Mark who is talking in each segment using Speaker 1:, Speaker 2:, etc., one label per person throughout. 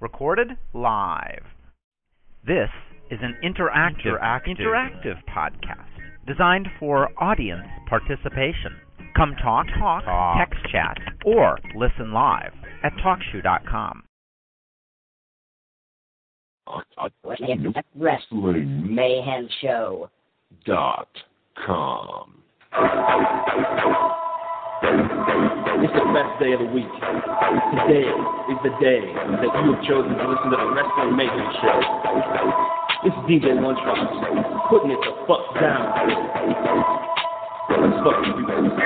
Speaker 1: Recorded live. This is an interactive,
Speaker 2: Interactive.
Speaker 1: interactive podcast designed for audience participation. Come talk, talk,
Speaker 2: Talk.
Speaker 1: text chat, or listen live at talkshoe.com.
Speaker 3: Wrestling Mayhem Show.
Speaker 4: dot com.
Speaker 5: It's the best day of the week. Today is the day that you have chosen to listen to the Wrestling Mayhem Show. It's DJ Lunchbox putting it the fuck down. Let's fucking do this.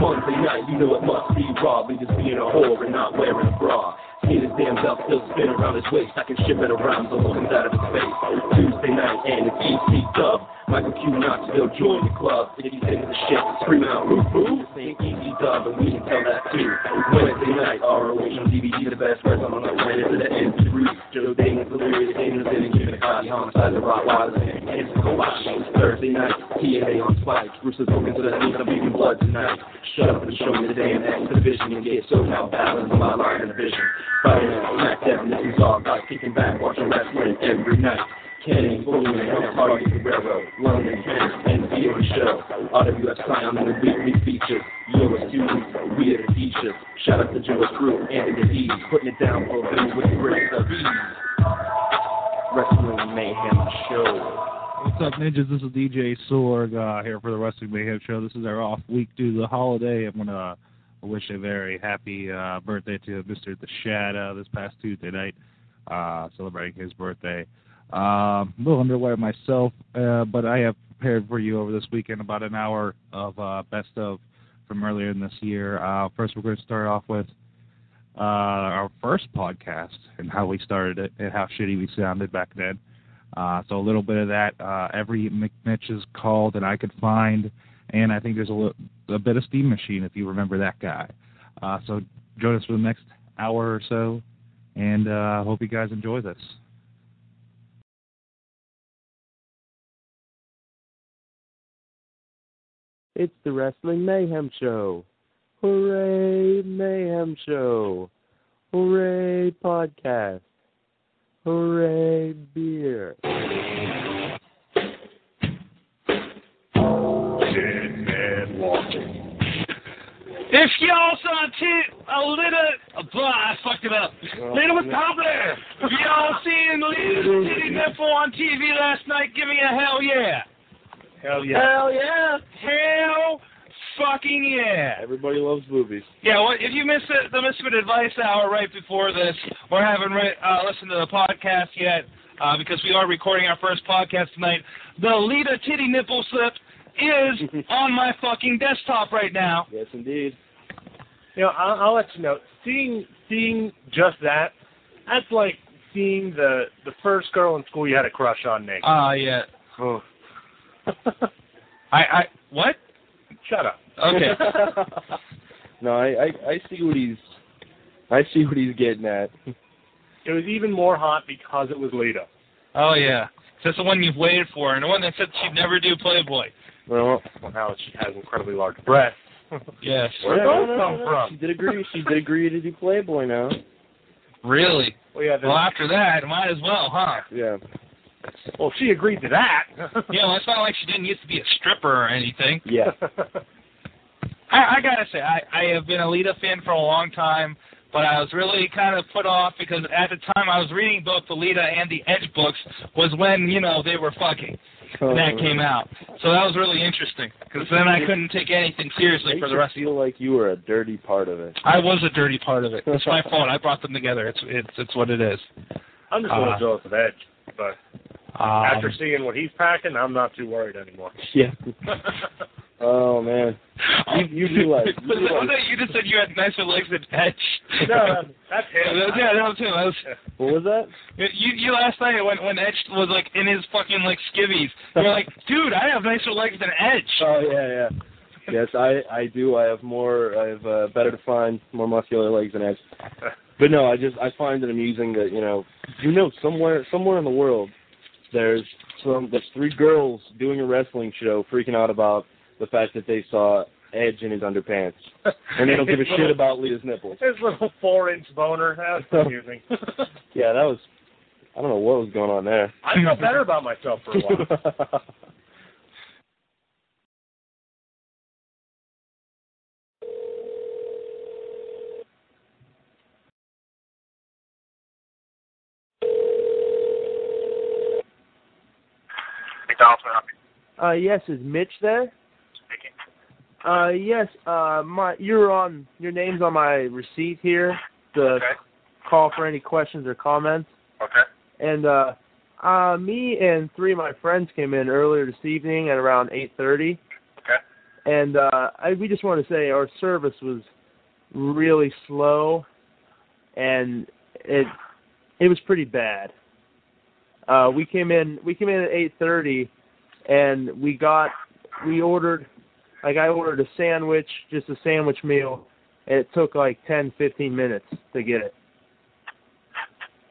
Speaker 5: Monday night, you know it must be raw. We just being a whore and not wearing a bra. See his damn belt still spin around his waist. I can ship it around so it comes out of his face. Tuesday night and it's EC Dub. Michael Q Knoxville join the club. If he's into the shit, scream out, roo roo. Sing EC E Dub and we can tell that too. Wednesday night, ROH on DVD, the best wrestling on the planet to the nth degree. Joe Damon's delirious, Damon's in and giving it body homicide, the Rottweiler, and it's the Kobashi. Thursday night, TNA on Spike. Bruce is looking to the end of beating blood tonight. Shut up and show me the damn act division and get so now balanced in my line of vision. Friday night, SmackDown, this is all about kicking back, watching wrestling every night. Kenny, Bullyman, Hardy, Guerrero, London, Kent, and the Theory Show. RWF Scion and the weekly features. You're a student, we are the teachers. Shout out to Joe's crew, Anthony the D's, putting it down for things with the grace of ease. Wrestling Mayhem Show.
Speaker 6: What's up, ninjas? This is DJ Sorg uh, here for the Wrestling Mayhem Show. This is our off week due to the holiday. I'm gonna wish a very happy uh, birthday to Mr. The Shadow this past Tuesday night, uh, celebrating his birthday. Um, a little underway myself, uh, but I have prepared for you over this weekend about an hour of uh, best of from earlier in this year. Uh, first, we're going to start off with uh, our first podcast and how we started it and how shitty we sounded back then. Uh, so a little bit of that. Uh, every McMitch is called that I could find, and I think there's a, li- a bit of Steam Machine if you remember that guy. Uh, so join us for the next hour or so, and uh, hope you guys enjoy this.
Speaker 7: It's the Wrestling Mayhem Show. Hooray, Mayhem Show. Hooray, podcast. Hooray, beer.
Speaker 4: Dead man walking.
Speaker 8: If y'all saw t- a little, uh, blah, I fucked it up.
Speaker 5: Oh,
Speaker 8: Little was popular. If y'all seen Lita's titty nipple on TV last night, give me a hell yeah.
Speaker 5: Hell
Speaker 8: Hell yeah. Hell fucking yeah.
Speaker 5: Everybody loves movies.
Speaker 8: Yeah, well, if you missed the, the Misfit Advice Hour right before this, or haven't re- uh, listened to the podcast yet, uh, because we are recording our first podcast tonight, the Lita titty nipple slip is on my fucking desktop right now.
Speaker 5: Yes, indeed.
Speaker 7: You know, I'll, I'll let you know. Seeing seeing just that, that's like seeing the the first girl in school you had a crush on, Nick.
Speaker 8: Ah, yeah.
Speaker 7: Oh.
Speaker 8: I, I, what?
Speaker 7: Shut up.
Speaker 8: Okay.
Speaker 5: no, I, I I see what he's I see what he's getting at.
Speaker 7: It was even more hot because it was Lita.
Speaker 8: oh yeah. That's the one you've waited for, and the one that said she'd never do Playboy.
Speaker 5: Well,
Speaker 7: Well, now she has incredibly large breasts.
Speaker 8: Yes.
Speaker 7: Where those
Speaker 5: no, no, no,
Speaker 7: come
Speaker 5: no,
Speaker 7: from?
Speaker 5: She did agree. She did agree to do Playboy now.
Speaker 8: Really?
Speaker 7: Well, yeah,
Speaker 8: Well,
Speaker 7: there's-
Speaker 8: after that, might as well, huh?
Speaker 5: Yeah.
Speaker 7: well, she agreed to that.
Speaker 8: You know, it's not like she didn't used to be a stripper or anything.
Speaker 5: Yeah.
Speaker 8: I, I gotta say, I, I have been a Lita fan for a long time, but I was really kind of put off because at the time I was reading both the Lita and the Edge books was when you know they were fucking when that came out. So that was really interesting because then I couldn't take anything seriously
Speaker 5: Makes
Speaker 8: for the
Speaker 5: you
Speaker 8: rest of
Speaker 5: feel like you were a dirty part of it.
Speaker 8: I was a dirty part of it. It's my fault. I brought them together. It's it's it's what it is.
Speaker 7: I'm just a little
Speaker 8: Uh,
Speaker 7: jealous of Edge, but
Speaker 8: Um,
Speaker 7: after seeing what he's packing, I'm not too worried anymore.
Speaker 5: Yeah. Oh man. you- you realize- you
Speaker 8: But
Speaker 5: realize-
Speaker 8: Um, that- you just said you had nicer legs than Edge.
Speaker 7: no, that's
Speaker 8: yeah,
Speaker 7: him.
Speaker 8: that that was him. That was,
Speaker 5: What was that?
Speaker 8: you you last night when when Edge was like in his fucking like skivvies. You're like, dude, I have nicer legs than Edge.
Speaker 5: Oh yeah, yeah. Yes, I I do. I have more. I have uh, better defined, more muscular legs than Edge. But no, I just I find it amusing that you know you know somewhere somewhere in the world there's some there's three girls doing a wrestling show freaking out about the fact that they saw Edge in his underpants, and they don't give a shit about Lita's nipples.
Speaker 7: His little four-inch boner. That was confusing.
Speaker 5: Yeah, that was. I don't know what was going on there.
Speaker 7: I felt better about myself for a while.
Speaker 2: Uh, yes, is Mitch there? Speaking. Uh, yes, uh, my you're on your name's on my receipt here. The call for any questions or comments. Okay. And uh, uh, me and three of my friends came in earlier this evening at around eight thirty. Okay. And uh, I, we just want to say our service was really slow, and it it was pretty bad. Uh, we came in we came in at eight thirty and we got we ordered like I ordered a sandwich, just a sandwich meal, and it took like ten, fifteen minutes to get it.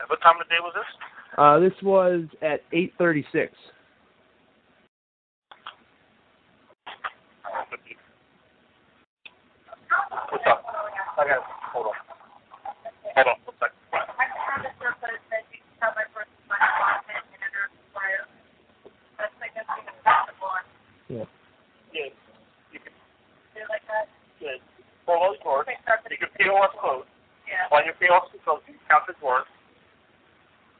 Speaker 9: What time of the day was this?
Speaker 2: Uh this was at 8:36.
Speaker 9: What's up? I got hold on. Hold on. One second. Yeah. You can. Yeah. Pull those doors. You can peel off clothes. While you peel off the clothes, you can count the doors.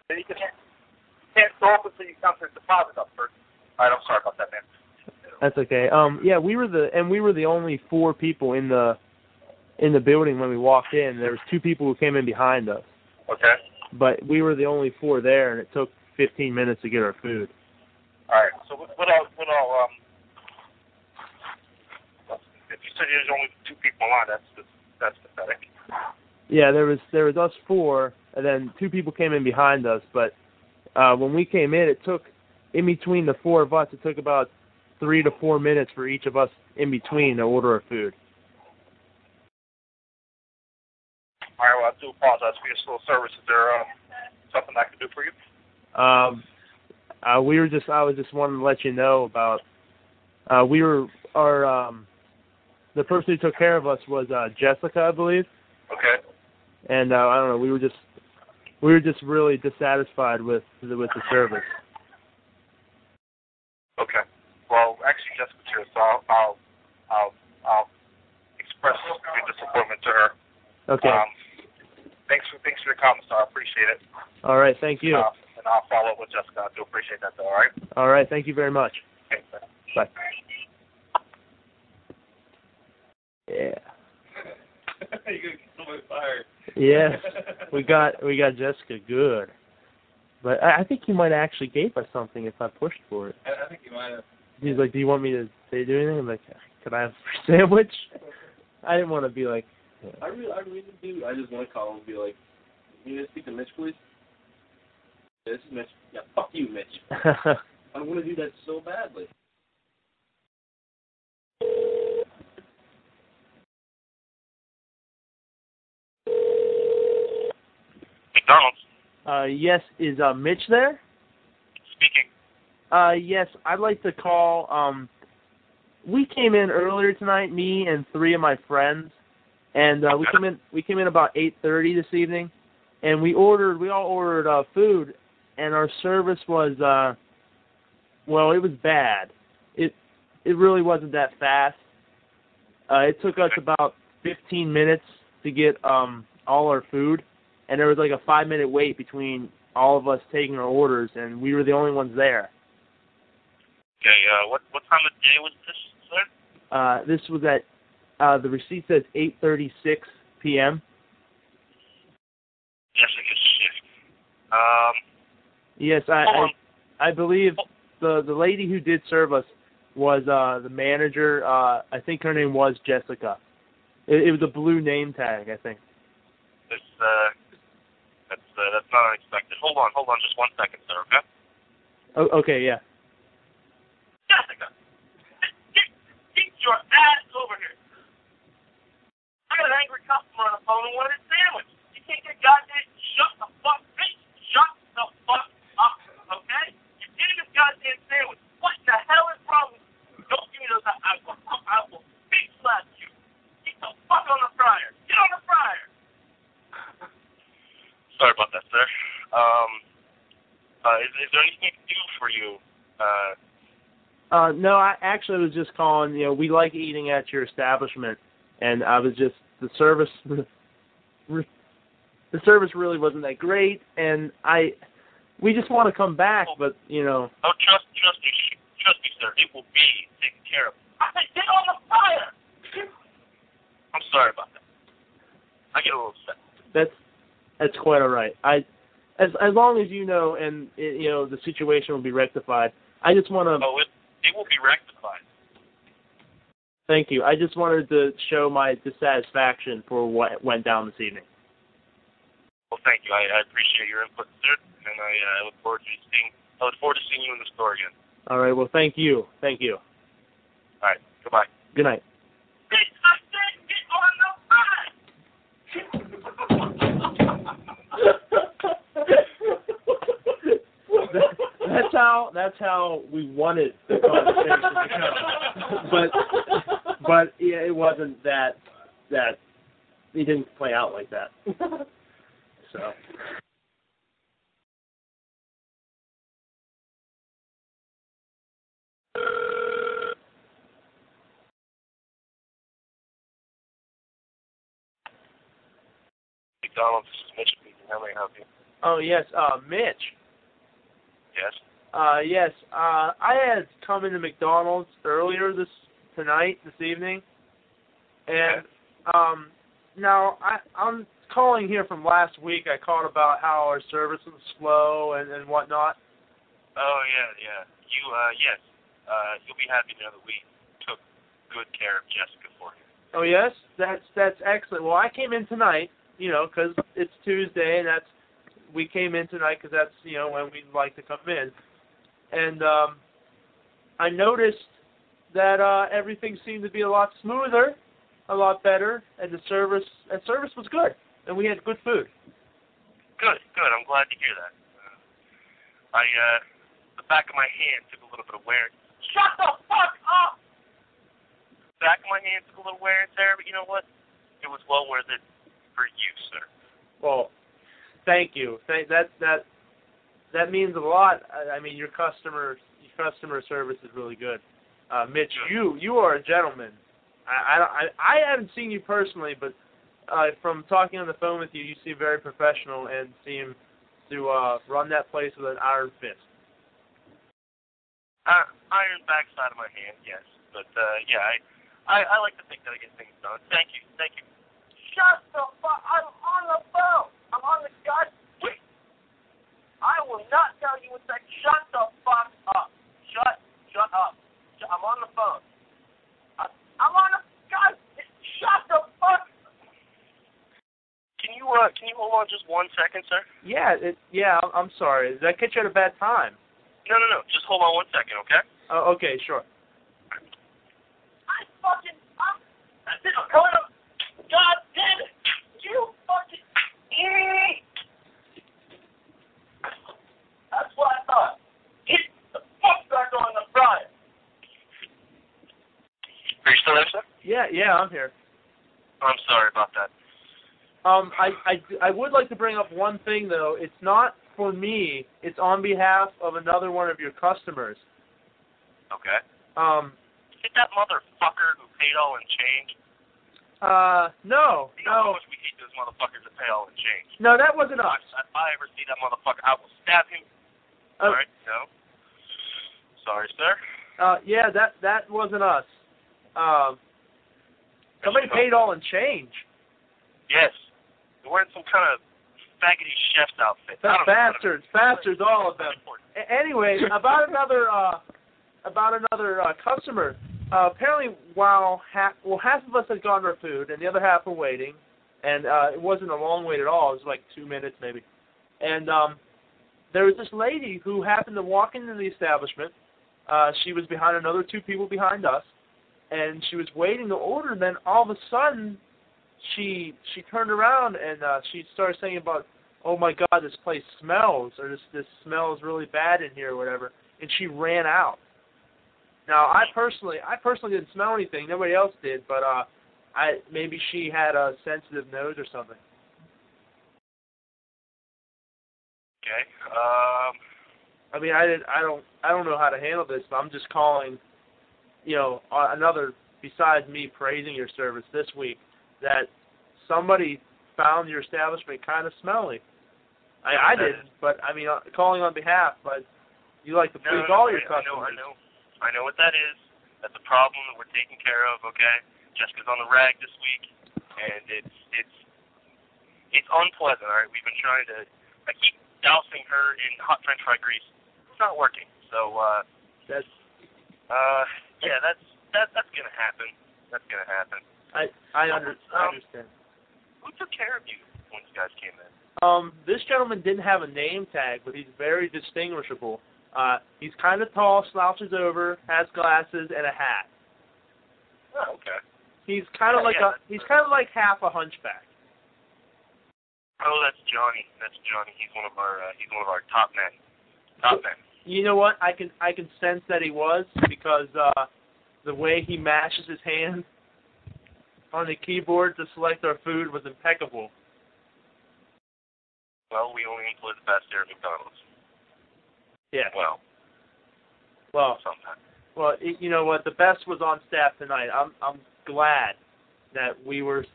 Speaker 9: Then you can. You can't go up until you count the deposit up first. All right. I'm sorry about that, man.
Speaker 2: That's okay. Um yeah, we were the and we were the only four people in the in the building when we walked in. There was two people who came in behind us,
Speaker 9: Okay.
Speaker 2: but we were the only four there and it took 15 minutes to get our food.
Speaker 9: All right. So what, what all? What all? Um, if you said there's only two people in line, that's just, that's pathetic.
Speaker 2: Yeah, there was there was us four, and then two people came in behind us. But uh, when we came in, it took in between the four of us, it took about three to four minutes for each of us in between to order our food.
Speaker 9: All right. Well, I do apologize for your slow service. Is there um, something I can do for you?
Speaker 2: Um, uh, we were just I was just wanting to let you know about uh, we were our um, the person who took care of us was uh, Jessica, I believe.
Speaker 9: Okay.
Speaker 2: and uh, I don't know. We were just we were just really dissatisfied with the, with the service.
Speaker 9: Okay. Well, actually, Jessica's here, so I'll I'll I'll, I'll express your disappointment to her.
Speaker 2: Okay.
Speaker 9: Um, thanks for thanks for your comments. though. I appreciate it.
Speaker 2: All right. Thank you.
Speaker 9: Uh, and I'll follow up with Jessica. I do appreciate that, though. All right.
Speaker 2: All right. Thank you very much.
Speaker 9: Okay. bye.
Speaker 2: Bye. Yeah. Yes, we got we got Jessica good, but I, I think he might have actually gave us something if I pushed for it.
Speaker 8: I, I think you might have.
Speaker 2: He's like, "Do you want me to say do anything?" I'm like, "Could I have a sandwich?" I didn't want to be like,
Speaker 5: I really, I really do. I just want to call him and be like, "You need to speak to Mitch, please." Yeah, This is Mitch. Yeah, fuck you, Mitch. I want to do that so badly.
Speaker 9: McDonald's
Speaker 2: uh, "Yes, is uh, Mitch there?"
Speaker 9: speaking.
Speaker 2: Uh, yes, I'd like to call. Um, we came in earlier tonight, me and three of my friends, and uh, we came in. We came in about eight thirty this evening, and we ordered. We all ordered uh, food, and our service was. Uh, well, it was bad. It it really wasn't that fast. Uh, it took us about fifteen minutes to get um all our food, and there was like a five minute wait between all of us taking our orders, and we were the only ones there.
Speaker 9: Okay. Uh, what what time of day was this, sir?
Speaker 2: Uh, this was at uh, the receipt says 8:36 p.m.
Speaker 9: Jessica's shift. Um.
Speaker 2: Yes, I I, I believe the the lady who did serve us was uh, the manager. Uh, I think her name was Jessica. It, it was a blue name tag, I think.
Speaker 9: This uh. That's uh, that's not unexpected. Hold on, hold on, just one second, sir. Okay.
Speaker 2: O- okay, yeah.
Speaker 9: Jessica, get, get your ass over here. I got an angry customer on the phone who wanted a sandwich. You can't get goddamn shut the fuck bitch, shut the fuck up, okay? You're getting this goddamn sandwich. What the hell is wrong with you? Don't give me those I, I, I will bitch slap Um, uh, is there anything I can do for you? Uh,
Speaker 2: Uh, no, I actually was just calling. You know, we like eating at your establishment, and I was just the service. The service really wasn't that great, and I, we just want to come back, but you know,
Speaker 9: oh, trust, trust me, sh- trust me, sir. It will be taken care of. I said, get on the fire. I'm sorry about that. I get a little upset.
Speaker 2: that's that's quite all right. I, as as long as you know, and it, you know, the situation will be rectified. I just want to
Speaker 9: Oh, it, it will be rectified.
Speaker 2: thank you. I just wanted to show my dissatisfaction for what went down this evening.
Speaker 9: Well, thank you. I, I appreciate your input, sir, and I, uh, I look forward to seeing. I look forward to seeing you in the store again.
Speaker 2: All right. Well, thank you. Thank you.
Speaker 9: All right. Goodbye.
Speaker 2: Good night. That's how that's how we wanted the conversation to go. But but yeah, it wasn't that that it didn't play out like that. So
Speaker 9: McDonald's, this is Mitch speaking. How may I help you?
Speaker 2: Oh yes, uh Mitch.
Speaker 9: Yes.
Speaker 2: Uh yes. Uh I had come into McDonald's earlier this tonight, this evening. And um now I I'm calling here from last week. I called about how our service was slow and, and whatnot.
Speaker 9: Oh yeah, yeah. You uh yes. Uh you'll be happy to know that we took good care of Jessica for you.
Speaker 2: Oh yes, that's that's excellent. Well, I came in tonight, you know, 'cause it's Tuesday, and that's we came in tonight 'cause that's you know when we like to come in. And um, I noticed that uh, everything seemed to be a lot smoother, a lot better, and the service and service was good, and we had good food.
Speaker 9: Good, good. I'm glad to hear that. Uh, I uh the back of my hand took a little bit of wear. Shut the fuck up. Back of my hand took a little wear and tear, but you know what? It was well worth it for you, sir.
Speaker 2: Well, thank you. Thank, that that that means a lot. I, I mean, your customer your customer service is really good. Uh, Mitch, you you are a gentleman. I I, don't- I, I haven't seen you personally, but uh, from talking on the phone with you, you seem very professional and seem to uh, run that place with an iron fist.
Speaker 9: Uh, iron backside of my hand, yes. But uh, yeah, I, I I like to think that I get things done. Thank you, thank you. Shut the fuck! I'm on the phone. I'm on the god. Wait. I will not tell you what's that. Shut the fuck up. Shut, shut up. Shut, I'm on the phone. I, I'm on the god. Shut the fuck. Can you uh can you hold on just one second, sir?
Speaker 2: Yeah, it, yeah. I'm- I'm sorry. Did I catch you at a bad time?
Speaker 9: No, no, no. Just hold on one second, okay?
Speaker 2: Uh, okay, sure.
Speaker 9: I fucking I'm I did a cut up. God damn it! You fucking eat. That's what I thought. Get the fuck back on the fryer. Are you still there, sir?
Speaker 2: Yeah, yeah. I'm here.
Speaker 9: I'm sorry about that.
Speaker 2: Um, I, I, I would like to bring up one thing though. It's not for me. It's on behalf of another one of your customers.
Speaker 9: Okay.
Speaker 2: Um,
Speaker 9: Get that motherfucker who paid all in change.
Speaker 2: uh, no,
Speaker 9: You know how
Speaker 2: no,
Speaker 9: much we hate those motherfuckers that pay all in change.
Speaker 2: no. That wasn't us.
Speaker 9: If I ever see that motherfucker, I will stab him.
Speaker 2: Uh,
Speaker 9: all right, no. Sorry, sir.
Speaker 2: Uh, yeah, that that wasn't us. Um, somebody paid all in change.
Speaker 9: Yes. They're wearing some kind of faggoty chef's outfit. I don't
Speaker 2: That
Speaker 9: know what it is.
Speaker 2: bastards, bastards, all of them.
Speaker 9: important.
Speaker 2: A- anyway, about another uh, about another uh, customer. Uh, apparently, while half well half of us had gotten our food and the other half were waiting, and uh, it wasn't a long wait at all. It was like two minutes maybe. And um, there was this lady who happened to walk into the establishment. Uh, she was behind another two people behind us, and she was waiting to order. And then all of a sudden, she she turned around and uh, she started saying about oh my god, this place smells, or this this smells really bad in here, or whatever. And she ran out. Now, I personally, I personally didn't smell anything. Nobody else did, but uh, I maybe she had a sensitive nose or something.
Speaker 9: Okay. Um,
Speaker 2: I mean, I did I don't I don't know how to handle this, but I'm just calling, you know, a- another besides me praising your service this week that somebody found your establishment kind of smelly. I, I didn't, but I mean, uh, calling on behalf, but you like to
Speaker 9: No,
Speaker 2: please
Speaker 9: no,
Speaker 2: all
Speaker 9: I-
Speaker 2: your
Speaker 9: I know,
Speaker 2: customers.
Speaker 9: I know, I know what that is. That's a problem that we're taking care of. Okay, Jessica's on the rag this week, and it's it's it's unpleasant. All right, we've been trying to. I keep dousing her in hot French fry grease. It's not working. So uh,
Speaker 2: That's
Speaker 9: uh, yeah, that's that that's gonna happen. That's gonna happen. Um,
Speaker 2: I I, under, I understand.
Speaker 9: Who took care of you when you guys came in?
Speaker 2: Um, this gentleman didn't have a name tag, but he's very distinguishable. Uh, he's kind of tall, slouches over, has glasses and a hat.
Speaker 9: Oh, okay.
Speaker 2: He's kind of like
Speaker 9: Yeah.
Speaker 2: a he's kind of like half a hunchback.
Speaker 9: Oh, that's Johnny. That's Johnny. He's one of our uh, he's one of our top men. Top men.
Speaker 2: You know what? I can I can sense that he was because uh, the way he mashes his hand on the keyboard to select our food was impeccable.
Speaker 9: Well, we only employ the best there at McDonald's.
Speaker 2: Yeah.
Speaker 9: Well,
Speaker 2: Well,
Speaker 9: sometimes.
Speaker 2: well, it, you know what? The best was on staff tonight. I'm I'm glad that we were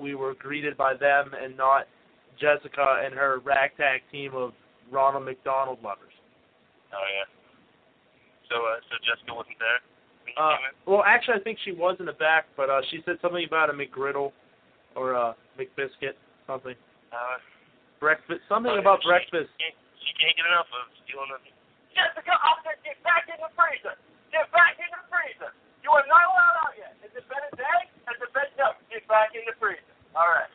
Speaker 2: we were greeted by them and not Jessica and her ragtag team of Ronald McDonald lovers.
Speaker 9: Oh yeah. So uh, so Jessica wasn't there when you
Speaker 2: Uh,
Speaker 9: came in.
Speaker 2: well, actually, I think she was in the back, but uh, she said something about a McGriddle or a McBiscuit, something.
Speaker 9: Uh,
Speaker 2: breakfast, something
Speaker 9: Oh,
Speaker 2: about
Speaker 9: she-
Speaker 2: breakfast.
Speaker 9: can't, she can't get enough of stealing the.
Speaker 10: Jessica, I said get back in the freezer. Get back in the freezer. You are not allowed out yet. It's a better day. It's a better no. Get back in the freezer. All right.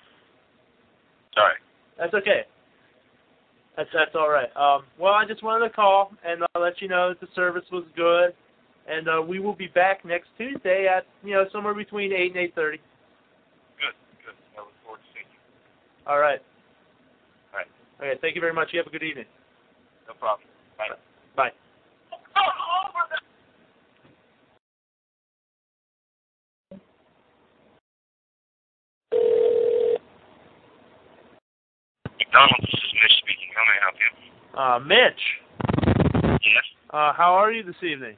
Speaker 9: Sorry.
Speaker 2: That's okay. That's that's all right. Um, well, I just wanted to call and uh, let you know that the service was good, and uh, we will be back next Tuesday at you know somewhere between eight and eight thirty.
Speaker 9: Good. Good. I look forward to seeing you.
Speaker 2: All right.
Speaker 9: All right.
Speaker 2: Okay. Thank you very much. You have a good evening.
Speaker 9: No problem. Bye.
Speaker 2: Bye.
Speaker 9: McDonald's, this is Mitch speaking. How may I help you?
Speaker 2: Uh, Mitch,
Speaker 9: Yes.
Speaker 2: uh, how are you this evening?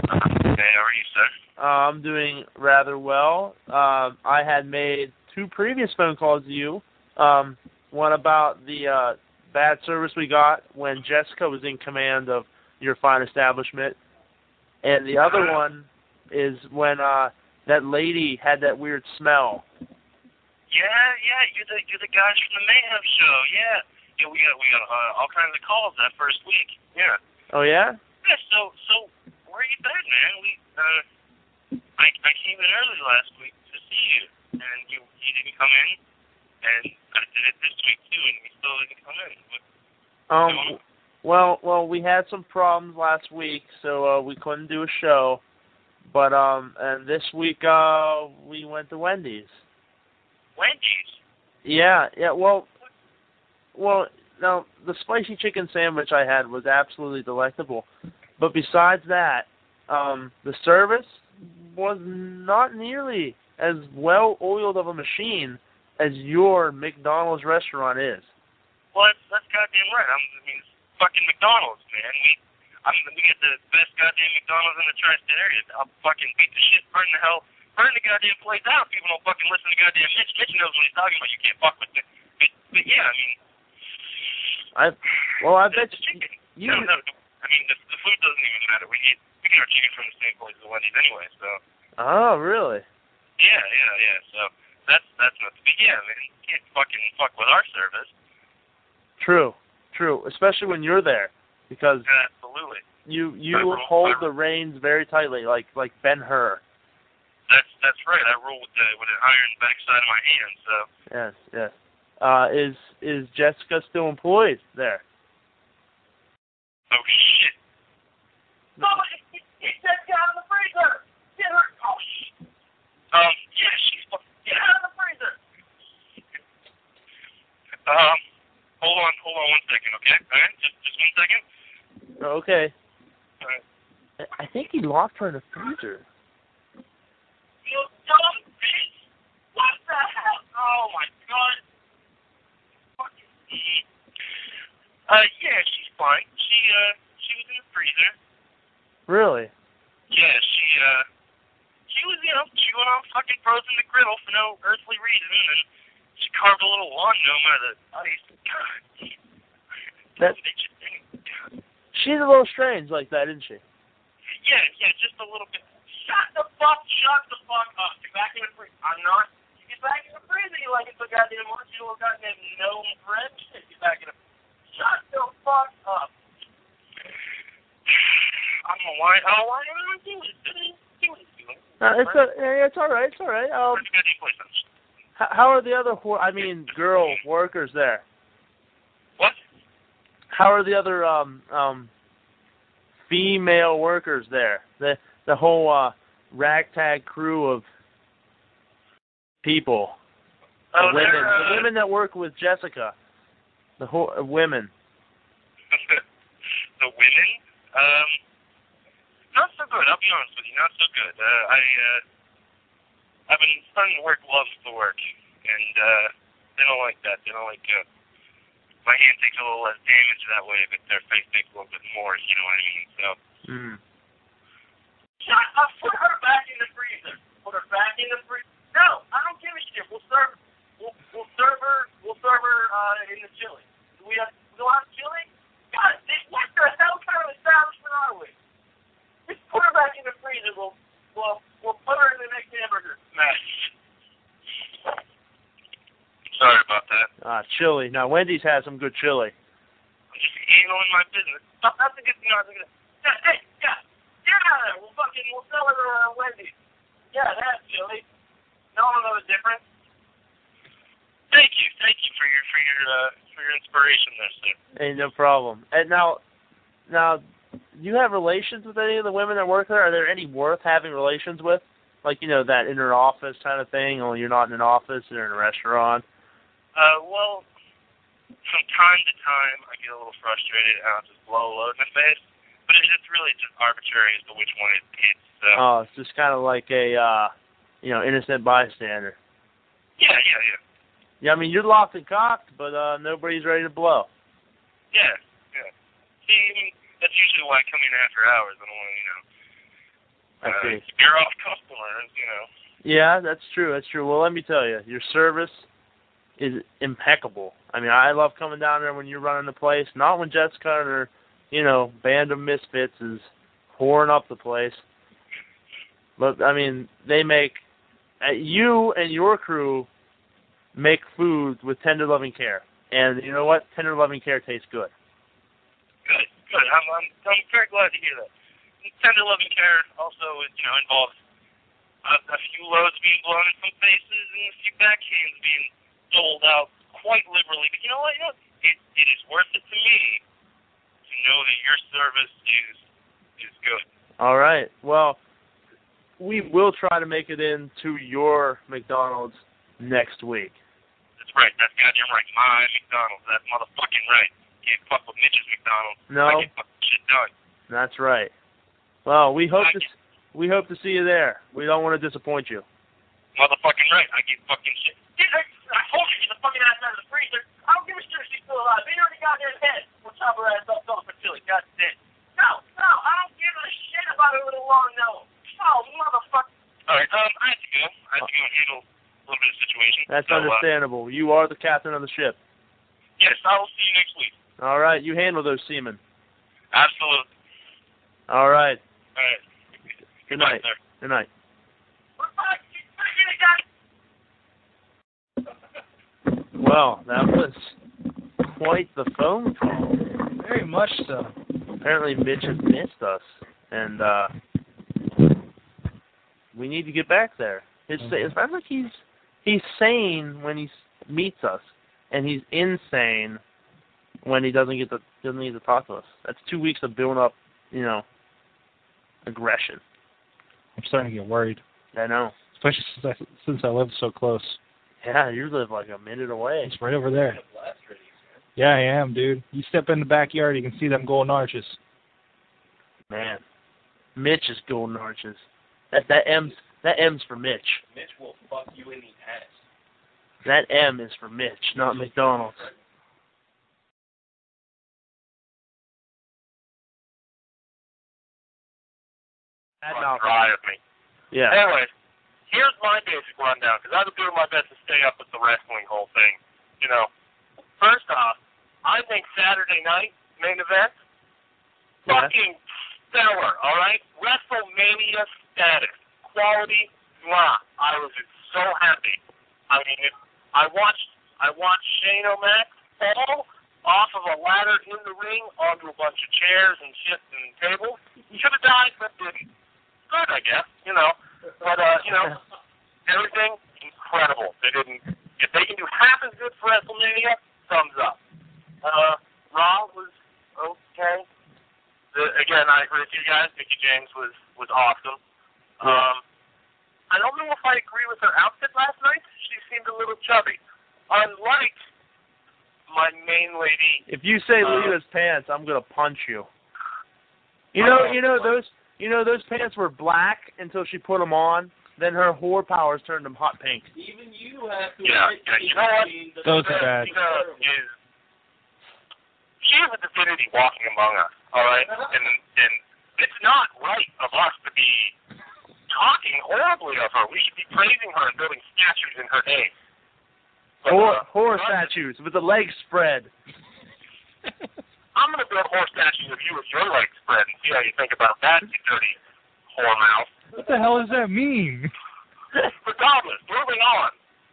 Speaker 9: Hey, how are you, sir?
Speaker 2: Uh, I'm doing rather well. Um, I had made two previous phone calls to you. Um, one about the uh, bad service we got when Jessica was in command of your fine establishment, and the other
Speaker 9: Uh-huh.
Speaker 2: one is when uh, that lady had that weird smell.
Speaker 9: Yeah, yeah, you're the you're the guys from the Mayhem show. Yeah. Yeah, we got we got uh, all kinds of calls that first week. Yeah.
Speaker 2: Oh yeah?
Speaker 9: Yeah, so so where you been, man? We uh I I came in early last week to see you and you you didn't come in and I did it this week too and you still didn't come in. But
Speaker 2: Um, well, well, we had some problems last week, so uh, we couldn't do a show. But um, and this week uh, we went to Wendy's.
Speaker 9: Wendy's.
Speaker 2: Yeah, yeah. Well, well. Now the spicy chicken sandwich I had was absolutely delectable, but besides that, um, the service was not nearly as well oiled of a machine as your McDonald's restaurant is.
Speaker 9: Well that's that's goddamn right. I'm I mean it's fucking McDonald's, man. We I'm we get the best goddamn McDonald's in the tri state area. I'll fucking beat the shit, burn the hell burn the goddamn place down if people don't fucking listen to goddamn Mitch. Mitch knows what he's talking about, you can't fuck with it. But, but yeah, I mean
Speaker 2: I, well, I bet
Speaker 9: the chicken
Speaker 2: you.
Speaker 9: no, no, no. I mean, the, the food doesn't even matter. We get we get our chicken from the same place as Wendy's anyway. So
Speaker 2: Oh, really?
Speaker 9: yeah, yeah, yeah. So that's that's not. But yeah, man, you can't fucking fuck with our service.
Speaker 2: True, true. Especially when you're there, because
Speaker 9: Yeah, absolutely.
Speaker 2: you you hold the reins very tightly, like like Ben Hur.
Speaker 9: That's that's right. I roll with the with an iron backside of my hand. So
Speaker 2: Yes, yes. Uh, is is Jessica still employed there?
Speaker 9: oh shit.
Speaker 10: Somebody, get Jessica out of the freezer. Get her. Oh shit.
Speaker 9: Um, yeah, she's fucking
Speaker 10: Get
Speaker 9: yeah.
Speaker 10: her out of the freezer.
Speaker 9: Um, hold on, hold on one second, okay? All right, just just one second.
Speaker 2: Okay.
Speaker 9: All right.
Speaker 2: I- I think he locked her in the freezer.
Speaker 10: You dumb bitch. What the hell?
Speaker 9: Oh my god. Fucking idiot. Uh, yeah, she's fine. She, uh, she was in the freezer.
Speaker 2: Really?
Speaker 9: Yeah, she uh, she was you know chewing on fucking frozen the griddle for no earthly reason, and she carved a little lawn gnome out of the ice. God,
Speaker 2: That
Speaker 9: they just didn't.
Speaker 2: she's a little strange like that, isn't she?
Speaker 9: Yeah, yeah, just a little bit. Shut the fuck, shut the fuck up. Get back in the freezer. I'm not. You get back in the freezer, you like it so goddamn much. You little goddamn gnome bread. Shit, Get back in the. Shut the fuck up. I'm a wine. I'm a wine. I'm doing it. Do it. Do it.
Speaker 2: Uh, it's a, yeah, it's all right. It's all right. Um,
Speaker 9: It's gonna be poison.
Speaker 2: h- how are the other, wor- I mean, girl workers there?
Speaker 9: What?
Speaker 2: How are the other um um female workers there? The the whole uh, ragtag crew of people, the
Speaker 9: Oh,
Speaker 2: women,
Speaker 9: they're, uh,
Speaker 2: the women that work with Jessica, the whole uh, women.
Speaker 9: the women. Um, not so good. I'll be honest with you. Not so good. Uh, I uh, I've been starting to work loves to work, and uh, they don't like that. They don't like uh, my hand takes a little less damage that way, but their face takes a little bit more. You know what I mean? So.
Speaker 2: Mm.
Speaker 9: Shut up. Put her back in the freezer. Put her back in the freezer. No, I don't give a shit. We'll serve. We'll, we'll serve her. We'll serve her uh, in the chili. Do we have? Do I have chili? God, this, what the hell kind of establishment are we? Just put her back in the freezer. We'll we'll we'll put her in the next hamburger smash. Sorry about that.
Speaker 2: Ah, chili. Now Wendy's has some good chili.
Speaker 9: I'm just handling my business. That- That's a good thing. That's a good. Yeah, hey, yeah, get out of there. We'll fucking we'll sell it around Wendy's. Yeah, that's silly. No one knows the difference. Thank you, thank you for your for your uh, for your inspiration there, sir.
Speaker 2: Ain't no problem. And now, now, do you have relations with any of the women that work there? Are there any worth having relations with? Like you know that inner office kind of thing. Only you're not in an office; you're in a restaurant.
Speaker 9: Uh, well, from time to time I get a little frustrated and I'll just blow a load in the face, but it's just really just arbitrary as to which one it hits. So.
Speaker 2: Oh, it's just kind of like a, uh, you know, innocent bystander.
Speaker 9: Yeah, yeah, yeah,
Speaker 2: Yeah, I mean you're locked and cocked, but uh nobody's ready to blow.
Speaker 9: yeah, yeah. See, I mean, that's usually why I come in after hours. I don't want to, you know.
Speaker 2: I see.
Speaker 9: You're Uh, off customers, you know.
Speaker 2: Yeah, that's true. That's true. Well, let me tell you, your service is impeccable. I mean, I love coming down there when you're running the place, not when Jessica and her, you know, band of misfits is pouring up the place. But I mean, they make uh, you and your crew make food with tender loving care, and you know what? Tender loving care tastes good.
Speaker 9: Good, good. I'm, I'm, I'm very glad to hear that. Tender loving care also, is, you know, involves a, a few loads being blown in some faces and a few backhands being doled out quite liberally. But you know what? You know, it, it is worth it to me to know that your service is is good.
Speaker 2: All right. Well, we will try to make it into your McDonald's next week.
Speaker 9: That's right. That's goddamn right. My McDonald's. That's motherfucking right. Can't fuck with Mitch's McDonald's.
Speaker 2: No.
Speaker 9: I get fucking shit done.
Speaker 2: That's right. Well, we hope to we hope to see you there. We don't want to disappoint you.
Speaker 9: Motherfucking right. I get fucking shit. I told you, get the fucking ass out of the freezer. I don't give a shit if she's still alive. Beat her in the goddamn head. We'll chop her ass up, throw her for Philly. God damn. No, no, I don't give a shit about her little long nose. Oh, motherfucker. Alright, um, I have to go. I have to go handle a little bit of situation.
Speaker 2: That's
Speaker 9: so, Uh,
Speaker 2: understandable. You are the captain of the ship.
Speaker 9: yes, I will see you next week.
Speaker 2: All right, you handle those seamen.
Speaker 9: Absolutely.
Speaker 2: All right.
Speaker 9: Alright.
Speaker 2: Good night.
Speaker 9: sir.
Speaker 2: Good night. Well, that was quite the phone call.
Speaker 8: Very much so.
Speaker 2: Apparently, Mitch has missed us, and uh, we need to get back there. It's, it's not like he's he's sane when he s- meets us, and he's insane when he doesn't get to doesn't get to talk to us. That's two weeks of building up, you know, aggression.
Speaker 6: I'm starting to get worried,
Speaker 2: I know.
Speaker 6: especially since I, since I live so close.
Speaker 2: Yeah, you live like a minute away.
Speaker 6: It's right over there. Yeah, I am, dude. You step in the backyard, you can see them golden arches.
Speaker 2: Man, Mitch is golden arches. That that M's that M's for Mitch.
Speaker 5: Mitch will fuck you in the ass.
Speaker 2: That M is for Mitch, not McDonald's.
Speaker 9: run dry of me.
Speaker 2: Yeah.
Speaker 9: Anyways, here's my basic rundown because I was doing my best to stay up with the wrestling whole thing. You know, first off, I think Saturday night main event,
Speaker 2: Yeah.
Speaker 9: fucking stellar. All right, WrestleMania status, quality, blah. I was so happy. I mean, it, I watched I watched Shane O'Mac fall off of a ladder in the ring onto a bunch of chairs and shit and tables. Should have died, but didn't. Good, I guess. You know, but uh, you know, everything incredible. They didn't. If they can do half as good for WrestleMania, thumbs up. Uh, Raw was okay. The, again, I agree with you guys. Mickey James was was awesome. Um, I don't know if I agree with her outfit last night. She seemed a little chubby, unlike my main lady.
Speaker 2: If you say
Speaker 9: Uh,
Speaker 2: Lita's pants, I'm gonna punch you. You know, you know those, you know those pants were black until she put them on. Then her whore powers turned them hot pink.
Speaker 5: Even you have to
Speaker 9: Yeah, yeah, you know what?
Speaker 6: Those are bad.
Speaker 9: Tina is she is a divinity walking among us, all right? And and it's not right of us to be talking horribly of her. We should be praising her and building statues in her name. But,
Speaker 2: Whore,
Speaker 9: uh,
Speaker 2: whore statues with the legs spread.
Speaker 9: I'm gonna build horse statues of you with your legs spread and see how you think about that, you dirty whore mouth.
Speaker 8: What the hell does that mean?
Speaker 9: Regardless, moving on.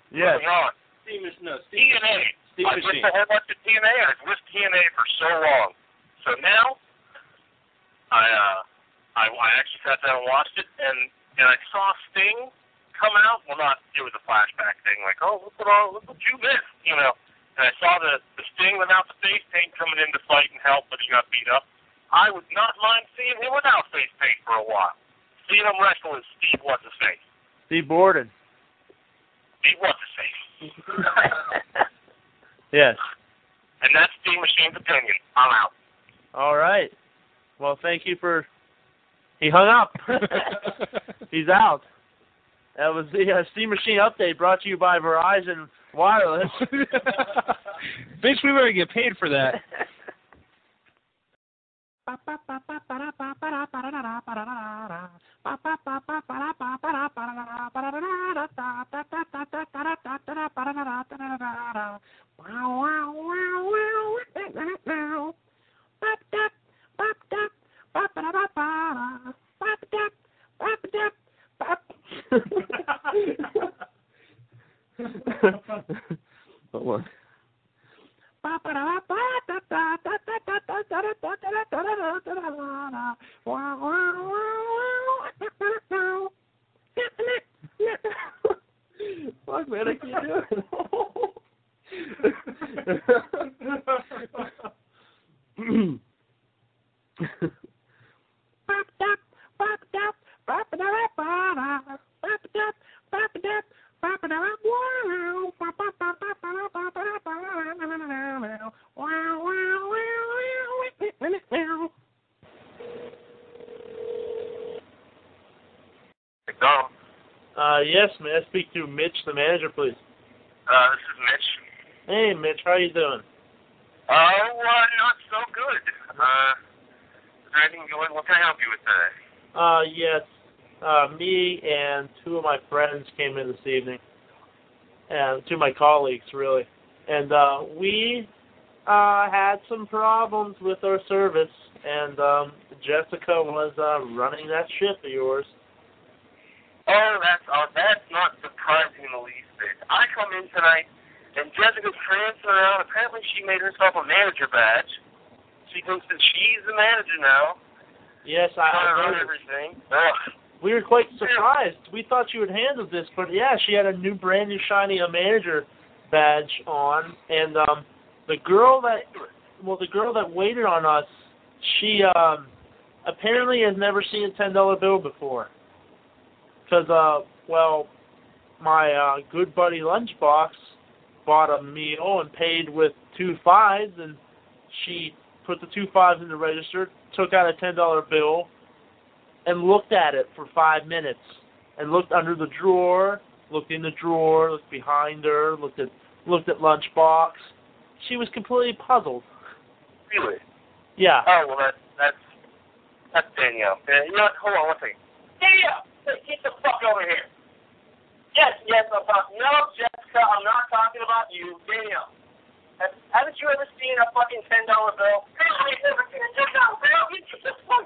Speaker 2: Yes.
Speaker 9: Moving on.
Speaker 5: Steamers, no, steamers.
Speaker 9: TNA.
Speaker 5: Steve
Speaker 9: I've
Speaker 5: Machine.
Speaker 9: missed a whole bunch of TNA. I've missed TNA for so long. So now, I uh, I, I actually sat down and watched it, and and I saw Sting come out. Well, not it was a flashback thing, like oh look what all look what you missed, you know. And I saw the the Sting without the face paint coming in to fight and help, but he got beat up. I would not mind seeing him without face paint for a while. Seeing him wrestle as Steve what's his face.
Speaker 2: Steve Borden.
Speaker 9: Steve what's his face.
Speaker 2: Yes.
Speaker 9: and that's Steve Machine's opinion. I'm out.
Speaker 2: All right. Well, thank you for. He hung up. He's out. That was the uh, Steam Machine update brought to you by Verizon Wireless.
Speaker 8: Bitch, we better get paid for that.
Speaker 2: Hold on. Fuck, man, I can't do it.
Speaker 9: McDonald.
Speaker 2: Uh, yes, may I speak to Mitch, the manager, please?
Speaker 9: Uh, this is Mitch.
Speaker 2: Hey, Mitch, how you doing?
Speaker 9: Oh, uh, not so good. Uh, is there anything going? What can I help you with today?
Speaker 2: Uh, yes, uh, me and two of my friends came in this evening, and two of my colleagues, really, and uh, we uh, had some problems with our service, and um, Jessica was uh, running that ship of yours.
Speaker 9: Oh, that's uh, that's not surprising in the least bit. I come in tonight, and Jessica's prancing around. Apparently, she made herself a manager badge. She thinks that she's the manager now.
Speaker 2: Yes,
Speaker 9: Trying
Speaker 2: I,
Speaker 9: to
Speaker 2: I
Speaker 9: run
Speaker 2: noticed.
Speaker 9: everything. Ugh.
Speaker 2: We were quite surprised. We thought she would handle this, but yeah, she had a new, brand new, shiny uh, manager badge on, and um, the girl that, well, the girl that waited on us, she um, apparently has never seen a ten dollar bill before, because uh, well, my uh, good buddy Lunchbox bought a meal and paid with two fives, and she put the two fives in the register, took out a ten dollar bill, and looked at it for five minutes and looked under the drawer, looked in the drawer, looked behind her, looked at looked at lunchbox. She was completely puzzled.
Speaker 9: Really?
Speaker 2: Yeah.
Speaker 9: Oh well, that's that's that's Danielle. Uh, you know what? Hold on one second.
Speaker 2: idea to get the fuck over here. Yes, yes, about no, Jessica, I'm not talking about you, Daniel. Have- Haven't you ever seen a fucking ten dollar bill? I've never seen a ten dollar bill. You just fuck.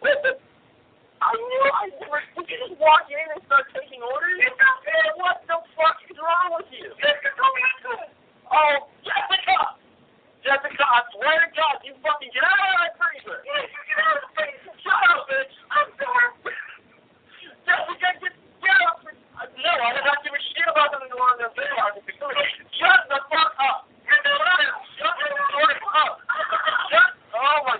Speaker 2: Listen, I knew I never. Did you just walk in and start taking orders? It's not fair. What the fuck is wrong with you? Jessica, come here. Oh, Jessica! Jessica, I swear to God, you fucking get out of my freezer. Yeah, you get out of the freezer. Shut up, bitch. I'm sorry. Jessica, get, get out. Uh, No, I don't give a shit about them going to the Shut the fuck up. Get the fuck up. Shut the fuck up. Shut. Oh my.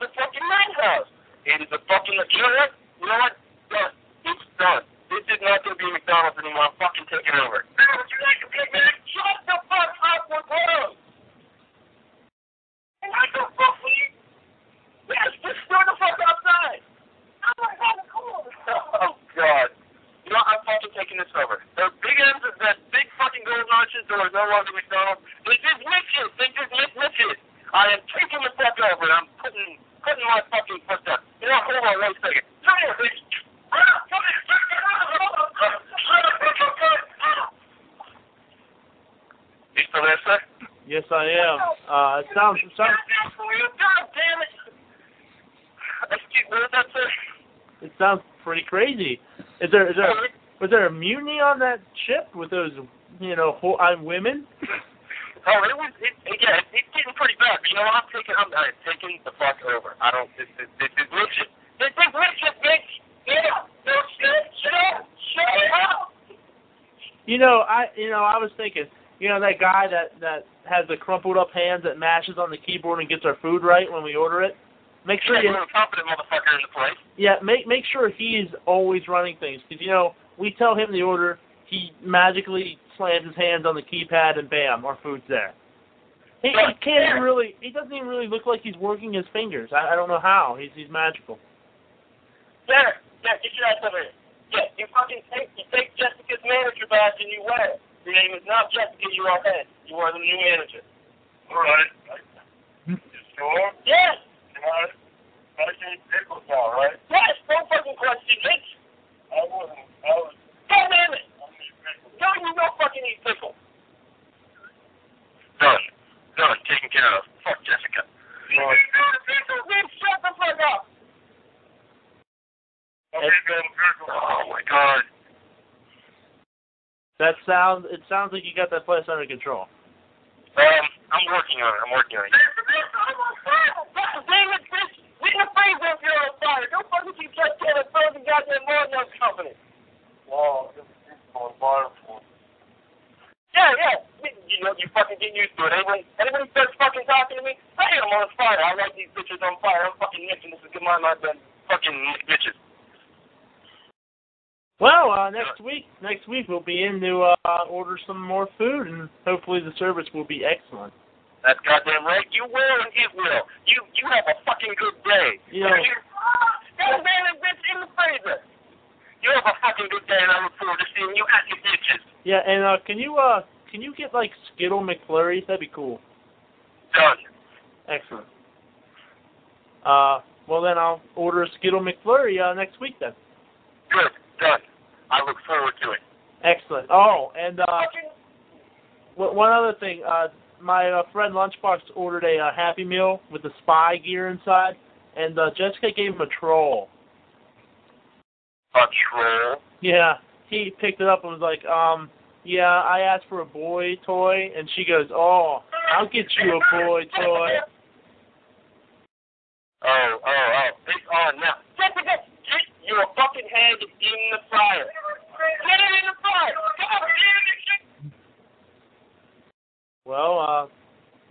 Speaker 2: The fucking lighthouse. It is a fucking. You know what? You know what? Done. It's done. This is not going to be McDonald's anymore. I'm fucking taking over. Man, would you like a Big Mac? Shut the fuck up. We're grown. And I go, fuck me. Yes, just throw the fuck outside. Oh my god, it's cold. Oh god. You know, I'm fucking taking this over. The big M's is that big fucking gold notches that are no longer McDonald's. This is Mitch's. This is Miss Mitch's. I am taking the fuck over and I'm putting putting my fucking foot down. You know, hold on, wait a second. Come here, bitch. Ah, come here. Shut up, bitch. I'm good. Ah. You still there, sir?
Speaker 9: Yes, I am. Uh, it sounds sounds
Speaker 2: God damn it. Excuse me, what was that, sir?
Speaker 9: it sounds pretty crazy. Is there is there was there a mutiny on that ship with those you know whole, uh, women?
Speaker 2: Oh, it was. It, it, yeah, it's, it's getting pretty bad. But you know what? I'm taking. I'm, I'm taking the fuck over. I don't. This is this is legit. This is legit, bitch. Yeah. No shit. Shut up. Shut up.
Speaker 9: You know, I you know I was thinking, you know that guy that that has the crumpled up hands that mashes on the keyboard and gets our food right when we order it. Make sure you
Speaker 2: You're the most confident motherfucker in the place.
Speaker 9: yeah make make sure he's always running things because you know we tell him the order, he magically slams his hands on the keypad and bam, our food's there. He, he can't even really. He doesn't even really look like he's working his fingers. I, I don't know how. He's he's magical.
Speaker 2: There. Yeah. Get your ass over here. Yeah. You fucking take. You take Jessica's manager badge and you wear it. Your name is not Jessica. You are head. You are the new manager. All right. Sure. Yes. Yes, no fucking question, bitch. I wasn't. I was. God damn it! No, you don't fucking eat pickle. Done. Done. Taken care of. Fuck Jessica. You
Speaker 11: Right.
Speaker 2: eat all the pickle, bitch. Shut the fuck up. Oh my god.
Speaker 9: That sounds. It sounds like you got that place under control.
Speaker 2: Um, I'm working on it. I'm working on it. Yeah, yeah. You, you, know, you fucking get used to it. Anybody, anybody starts fucking talking to me, I am on fire. I like these bitches on fire. I'm fucking Nick, and this is good my life, then fucking bitches.
Speaker 9: Well, uh, next week, next week we'll be in to uh, order some more food, and hopefully the service will be excellent.
Speaker 2: That's goddamn right. You will and it will. You you have a fucking good day.
Speaker 9: Yeah.
Speaker 2: Ah, that man is bitch in the freezer. You have a fucking good day, and I look forward to seeing you at the ditches.
Speaker 9: Yeah, and uh, can you uh, can you get like Skittle McFlurries? That'd be cool.
Speaker 2: Done.
Speaker 9: Excellent. Uh, well then I'll order a Skittle McFlurry uh, next week then.
Speaker 2: Good. Done. I look forward to it.
Speaker 9: Excellent. Oh, and uh,
Speaker 2: Fucking
Speaker 9: w- one other thing. Uh, my uh, friend Lunchbox ordered a uh, Happy Meal with the spy gear inside, and uh, Jessica gave him a troll.
Speaker 2: a troll.
Speaker 9: Yeah, he picked it up and was like, um, yeah, I asked for a boy toy, and she goes, oh, I'll get you a boy toy.
Speaker 2: Oh, oh, oh. It's on now. Jessica, get your fucking head in the fire. Get it in the fire. Come on, get it in the shit.
Speaker 9: Well, uh,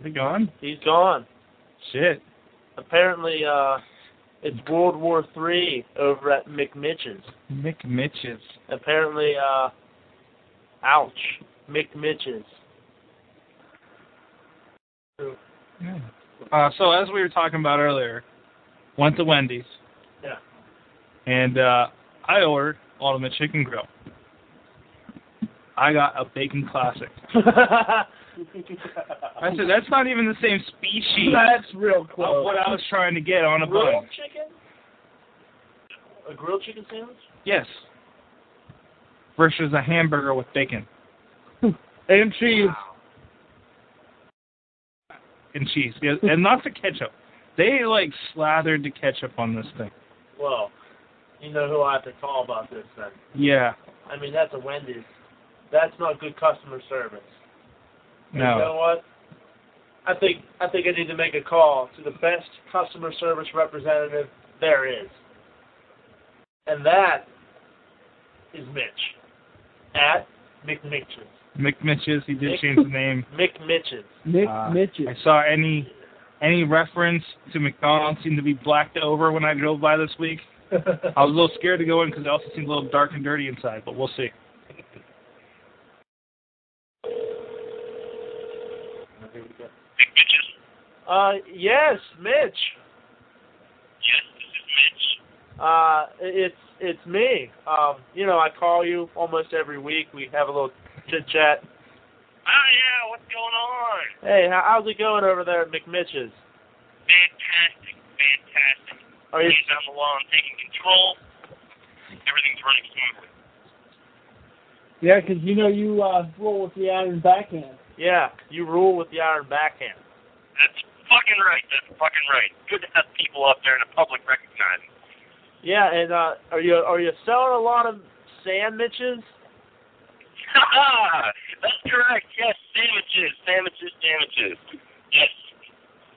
Speaker 8: Is he gone?
Speaker 9: he's gone.
Speaker 8: Shit.
Speaker 9: Apparently, uh, it's World War Three over at McMitch's.
Speaker 8: Mick Mitch's.
Speaker 9: Apparently, uh, ouch, McMitch's.
Speaker 8: Yeah. Uh, so as we were talking about earlier, went to Wendy's.
Speaker 9: Yeah.
Speaker 8: And uh, I ordered Ultimate Chicken Grill. I got a bacon classic. I said that's not even the same species.
Speaker 12: That's real
Speaker 8: close. Of what I was trying to get on a
Speaker 9: grilled
Speaker 8: bun.
Speaker 9: chicken? A grilled chicken sandwich?
Speaker 8: Yes. Versus a hamburger with bacon
Speaker 12: and cheese.
Speaker 8: and cheese, Yeah, and not the ketchup. They like slathered the ketchup on this thing.
Speaker 9: Well, you know who I have to call about this then.
Speaker 8: Yeah.
Speaker 9: I mean, that's a Wendy's. That's not good customer service. And
Speaker 8: No.
Speaker 9: You know what? I think I think I need to make a call to the best customer service representative there is, and that is Mitch at McMitchens.
Speaker 8: McMitches, he did
Speaker 9: Mick-
Speaker 8: change the name.
Speaker 9: McMitchens.
Speaker 13: Mick
Speaker 8: Uh, I saw any any reference to McDonald's seemed to be blacked over when I drove by this week. I was a little scared to go in because it also seemed a little dark and dirty inside, but we'll see.
Speaker 9: Uh, yes, Mitch. Yes, this is Mitch. Uh, it's it's me. Um, you know, I call you almost every week. We have a little chit chat.
Speaker 2: Oh yeah, what's going on?
Speaker 9: Hey, how- how's it going over there at McMitch's?
Speaker 2: Fantastic, fantastic.
Speaker 9: Are you-
Speaker 2: Hands on the wall and taking control. Everything's running smoothly.
Speaker 14: Yeah, 'cause you know you uh, roll with the iron backhand.
Speaker 9: Yeah, you rule with the iron backhand.
Speaker 2: That's fucking right. That's fucking right. Good to have people up there in the public recognizing.
Speaker 9: Yeah, and uh, are you are you selling a lot of sandwiches?
Speaker 2: That's correct. Yes, sandwiches, sandwiches, sandwiches. Yes,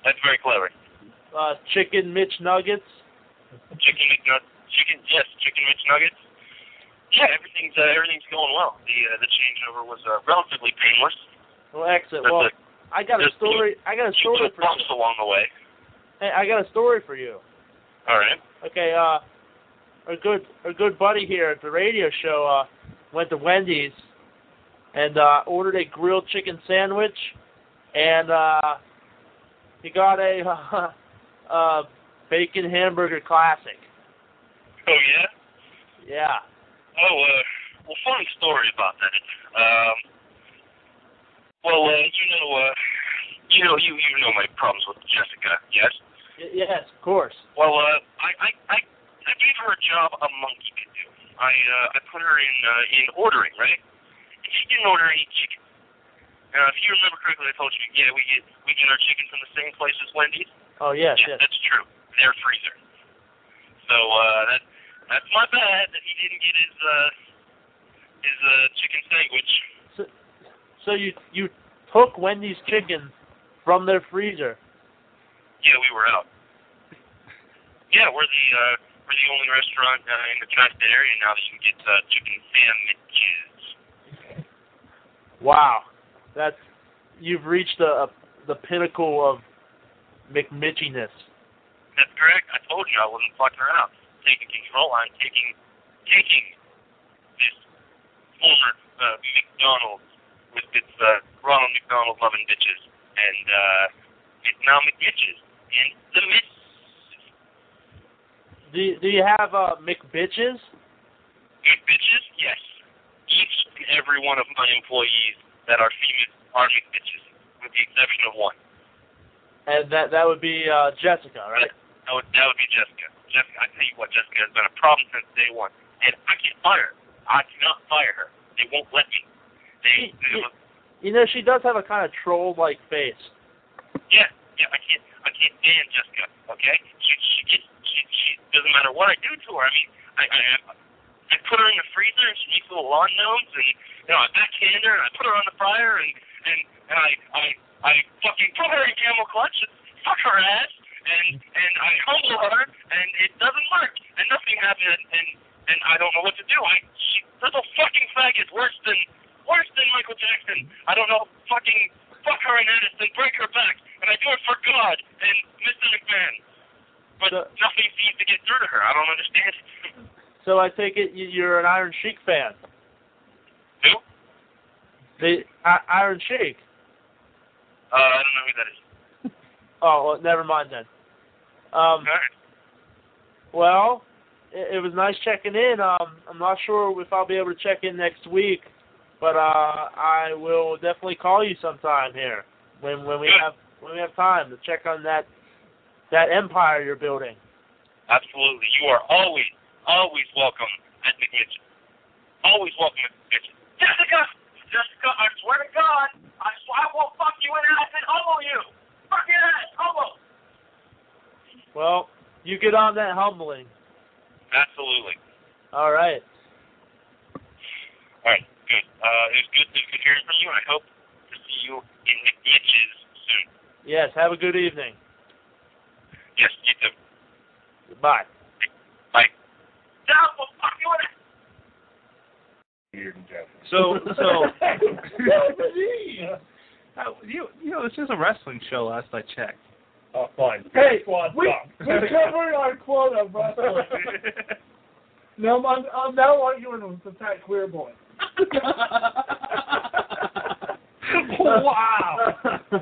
Speaker 2: that's very clever.
Speaker 9: Uh, chicken Mitch nuggets.
Speaker 2: Chicken McNuggets. Chicken, yes, chicken McNuggets. Yeah, everything's uh, everything's going well. The uh, the changeover was uh, relatively painless.
Speaker 9: Well, excellent. Well,
Speaker 2: That's it.
Speaker 9: I got a
Speaker 2: There's
Speaker 9: story. I got a story
Speaker 2: Little
Speaker 9: for you.
Speaker 2: bumps along the way.
Speaker 9: Hey, I got a story for you.
Speaker 2: All right.
Speaker 9: Okay, uh, our good our good buddy here at the radio show uh, went to Wendy's and uh, ordered a grilled chicken sandwich, and uh, he got a uh, uh, bacon hamburger classic.
Speaker 2: Oh yeah.
Speaker 9: Yeah.
Speaker 2: Oh, uh, well, funny story about that. Um, well, uh, you know, uh, you know, you you know my problems with Jessica, yes.
Speaker 9: Y- yes, of course.
Speaker 2: Well, uh, I, I I I gave her a job a monkey could do. I uh, I put her in uh, in ordering, right? And she didn't order any chicken. Now, if you remember correctly, I told you, yeah, we get we get our chicken from the same place as Wendy's.
Speaker 9: Oh yes,
Speaker 2: yeah,
Speaker 9: yes.
Speaker 2: that's true. Their freezer. So uh, that that's my bad that he didn't get his uh, his uh, chicken sandwich.
Speaker 9: So you you took Wendy's chicken from their freezer.
Speaker 2: Yeah, we were out. Yeah, we're the uh, we're the only restaurant uh, in the tri-state area now that you can get uh, chicken sandwiches.
Speaker 9: Wow, that's you've reached the uh, the pinnacle of McMitchiness.
Speaker 2: That's correct. I told you I wasn't fucking around. Taking control. I'm taking taking this former uh, McDonald's with its uh, Ronald McDonald loving bitches, and uh, it's now McBitches and the Mitch.
Speaker 9: Do you, do you have uh, McBitches?
Speaker 2: McBitches? Yes. Each and every one of my employees that are female are McBitches, with the exception of one.
Speaker 9: And that that would be uh, Jessica, right?
Speaker 2: That would, that would be Jessica. Jessica, I tell you what, Jessica has been a problem since day one, and I can't fire her. I cannot fire her. They won't let me. They, they
Speaker 9: You know, she does have a kind of troll-like face.
Speaker 2: yeah, yeah, I can't, I can't stand Jessica. Okay, she, she gets, she, she doesn't matter what I do to her. I mean, I, I, I put her in the freezer and she makes little lawn gnomes, and you know, I backhand her and I put her on the fryer and and and I, I, I fucking put her in camel clutch and fuck her ass and and I humble her and it doesn't work and nothing happens and and, and I don't know what to do. I, she, little fucking faggot, worse than, worse than Michael Jackson. I don't know, fucking fuck her in earnest and break her back, and I do it for God and Mr. McMahon. But nothing seems to get through to her. I don't understand.
Speaker 9: So I take it you- you're an Iron Sheik fan.
Speaker 2: Who?
Speaker 9: The I, Iron Sheik.
Speaker 2: Uh, I don't know who that is.
Speaker 9: Oh, well, never mind then. Um, Well, it, it was nice checking in. Um, I'm not sure if I'll be able to check in next week. But uh, I will definitely call you sometime here when when we have when we have time to check on that that empire you're building.
Speaker 2: Absolutely. You are always, always welcome at the kitchen. Always welcome at the kitchen. Jessica! Jessica, I swear to God, I swear I will fuck you in ass and homo you! Fuck your ass, homo!
Speaker 9: Well, you get on that humbling.
Speaker 2: Absolutely.
Speaker 9: All right.
Speaker 2: All right, good. Uh, it was good, it was good hearing from you, and I hope to see you in the ditches soon.
Speaker 9: Yes. Have a good evening.
Speaker 2: Yes, you too.
Speaker 9: Goodbye.
Speaker 2: Bye. Now, I will fuck you in the
Speaker 15: So, so
Speaker 16: Uh, you, you know, this is a wrestling show. Last I checked.
Speaker 8: Oh, fine.
Speaker 6: Hey, we, we covered our quota of wrestling. no, I'm, I'm now arguing with the fat queer boy.
Speaker 8: wow.
Speaker 6: Burn! uh,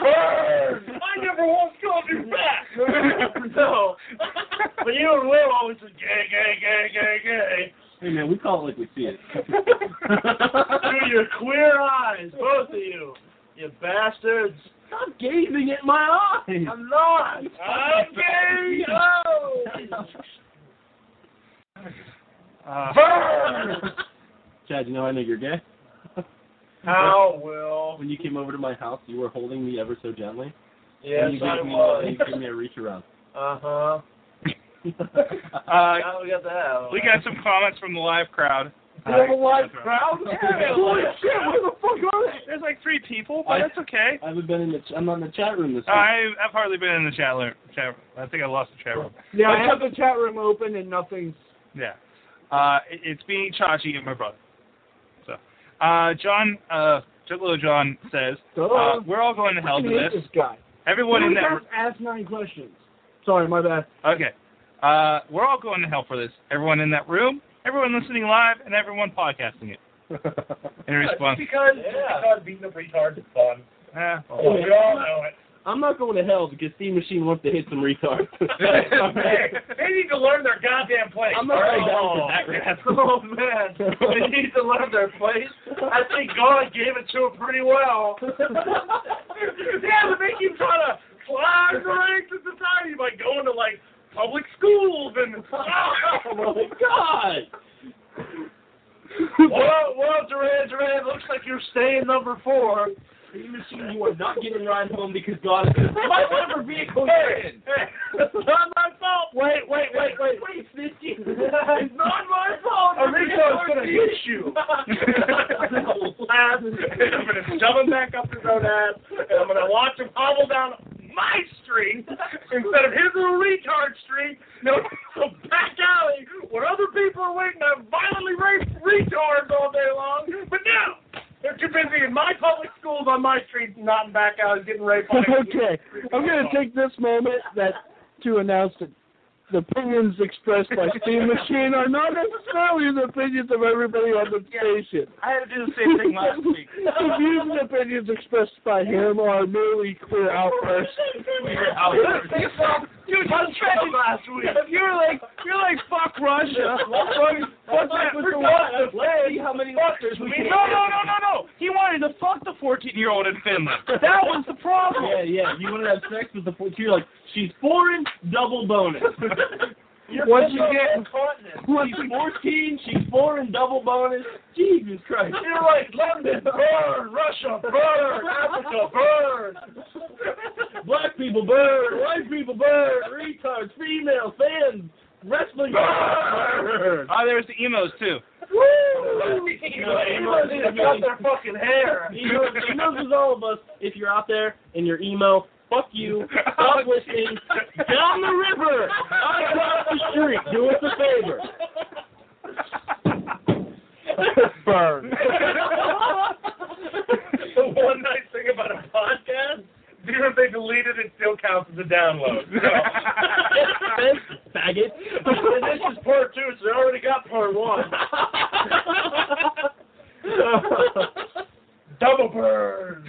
Speaker 8: Burn! I never once called you back. no. But you and Will always say, gay, gay, gay, gay, gay.
Speaker 5: Hey man, we call it like we see it.
Speaker 9: Through your queer eyes, both of you. You bastards.
Speaker 5: Stop gazing at my eyes.
Speaker 9: I'm not.
Speaker 8: I'm gay.
Speaker 9: Oh.
Speaker 16: Uh,
Speaker 5: Chad, you know I know you're gay.
Speaker 9: How, Will?
Speaker 5: When you came over to my house, you were holding me ever so gently.
Speaker 9: Yes,
Speaker 5: and you
Speaker 9: I
Speaker 5: gave me,
Speaker 9: was.
Speaker 5: You gave me a reach around.
Speaker 9: Uh-huh.
Speaker 15: uh,
Speaker 9: Now we got that out.
Speaker 15: we got some comments from the live crowd.
Speaker 6: You have a live
Speaker 15: That's
Speaker 6: crowd?
Speaker 9: Yeah.
Speaker 6: Holy shit, where the fuck are they?
Speaker 15: There's like three people, but that's okay. Uh,
Speaker 5: I haven't been in the. Ch- I'm not in the chat room this time.
Speaker 15: I I've hardly been in the chat room. Chat room. I think I lost the chat room.
Speaker 6: Yeah, I have the chat room open and nothing's.
Speaker 15: Yeah. Uh, it, it's me, Chachi, and my brother. So, uh, John, uh, Juggalo John says, uh,
Speaker 6: Duh.
Speaker 15: we're all going to hell for
Speaker 6: Fucking hate
Speaker 15: this.
Speaker 6: this guy.
Speaker 15: Everyone in
Speaker 6: He
Speaker 15: that.
Speaker 6: has asked nine questions. Sorry, my bad.
Speaker 15: Okay. Uh, we're all going to hell for this. Everyone in that room, everyone listening live, and everyone podcasting it. In response,
Speaker 8: Because,
Speaker 9: Yeah.
Speaker 8: because beating up retards is fun. Oh,
Speaker 15: eh, well,
Speaker 5: Yeah.
Speaker 8: We all know it.
Speaker 5: I'm not going to hell because Steam Machine wants to hit some retards.
Speaker 8: hey, they need to learn their goddamn place.
Speaker 5: I'm not going down
Speaker 8: Oh.
Speaker 5: for that crap.
Speaker 9: Oh man, they need to learn their place. I think God gave it to them pretty well.
Speaker 8: yeah, but they keep trying to climb the ranks in society by going to like public schools and.
Speaker 5: Oh my god!
Speaker 9: Whoa, whoa, Duran, Duran, looks like you're staying number four.
Speaker 5: Steam Machine, you are not getting ride home because God is my whatever vehicle
Speaker 8: Hey,
Speaker 5: you're in.
Speaker 8: hey,
Speaker 9: It's not my fault. Wait, wait, wait, wait.
Speaker 5: Wait, this is-
Speaker 9: It's not my fault.
Speaker 8: Enrico's gonna hit
Speaker 9: you.
Speaker 8: I'm gonna shove him back up his own ass, and I'm gonna watch him hobble down my street instead of his little retard street. No, some back alley where other people are waiting to violently rape retards all day long. But no, they're too busy in my public schools on my street, not in back alleys getting raped. By
Speaker 6: okay, I'm going to take this moment that to announce that the opinions expressed by Steam Machine are not necessarily the opinions of everybody on the station.
Speaker 15: I had to do the same thing last week.
Speaker 6: the views and opinions expressed by him are merely clear outbursts.
Speaker 9: You just said last week.
Speaker 6: You're like, you're like, fuck Russia. Fuck, fuck that with the West.
Speaker 5: See how many fuckers we
Speaker 15: No, no, no, no, no. He wanted to fuck the 14 year old in Finland.
Speaker 5: That was the problem. Yeah, yeah. You want to have sex with the four? You're like, she's foreign, double bonus.
Speaker 6: Once you get,
Speaker 5: she's 14, she's foreign, double bonus. Jesus Christ.
Speaker 9: You're like London, burn, Russia, burn, Africa, burn.
Speaker 5: Black people burn, white people burn, retards, female fans, wrestling burn.
Speaker 15: Oh, there's the emos, too.
Speaker 9: Everybody's gonna cut their fucking hair.
Speaker 5: Emos, emos is all of us. If you're out there and you're emo, fuck you. Stop listening. Down the river, across the street. Do us a favor.
Speaker 6: burn.
Speaker 8: the one nice thing about a podcast, even if they delete it, it still counts as a download. So.
Speaker 5: Thanks, faggot.
Speaker 9: And this is part two, so they already got part one.
Speaker 8: Double burn.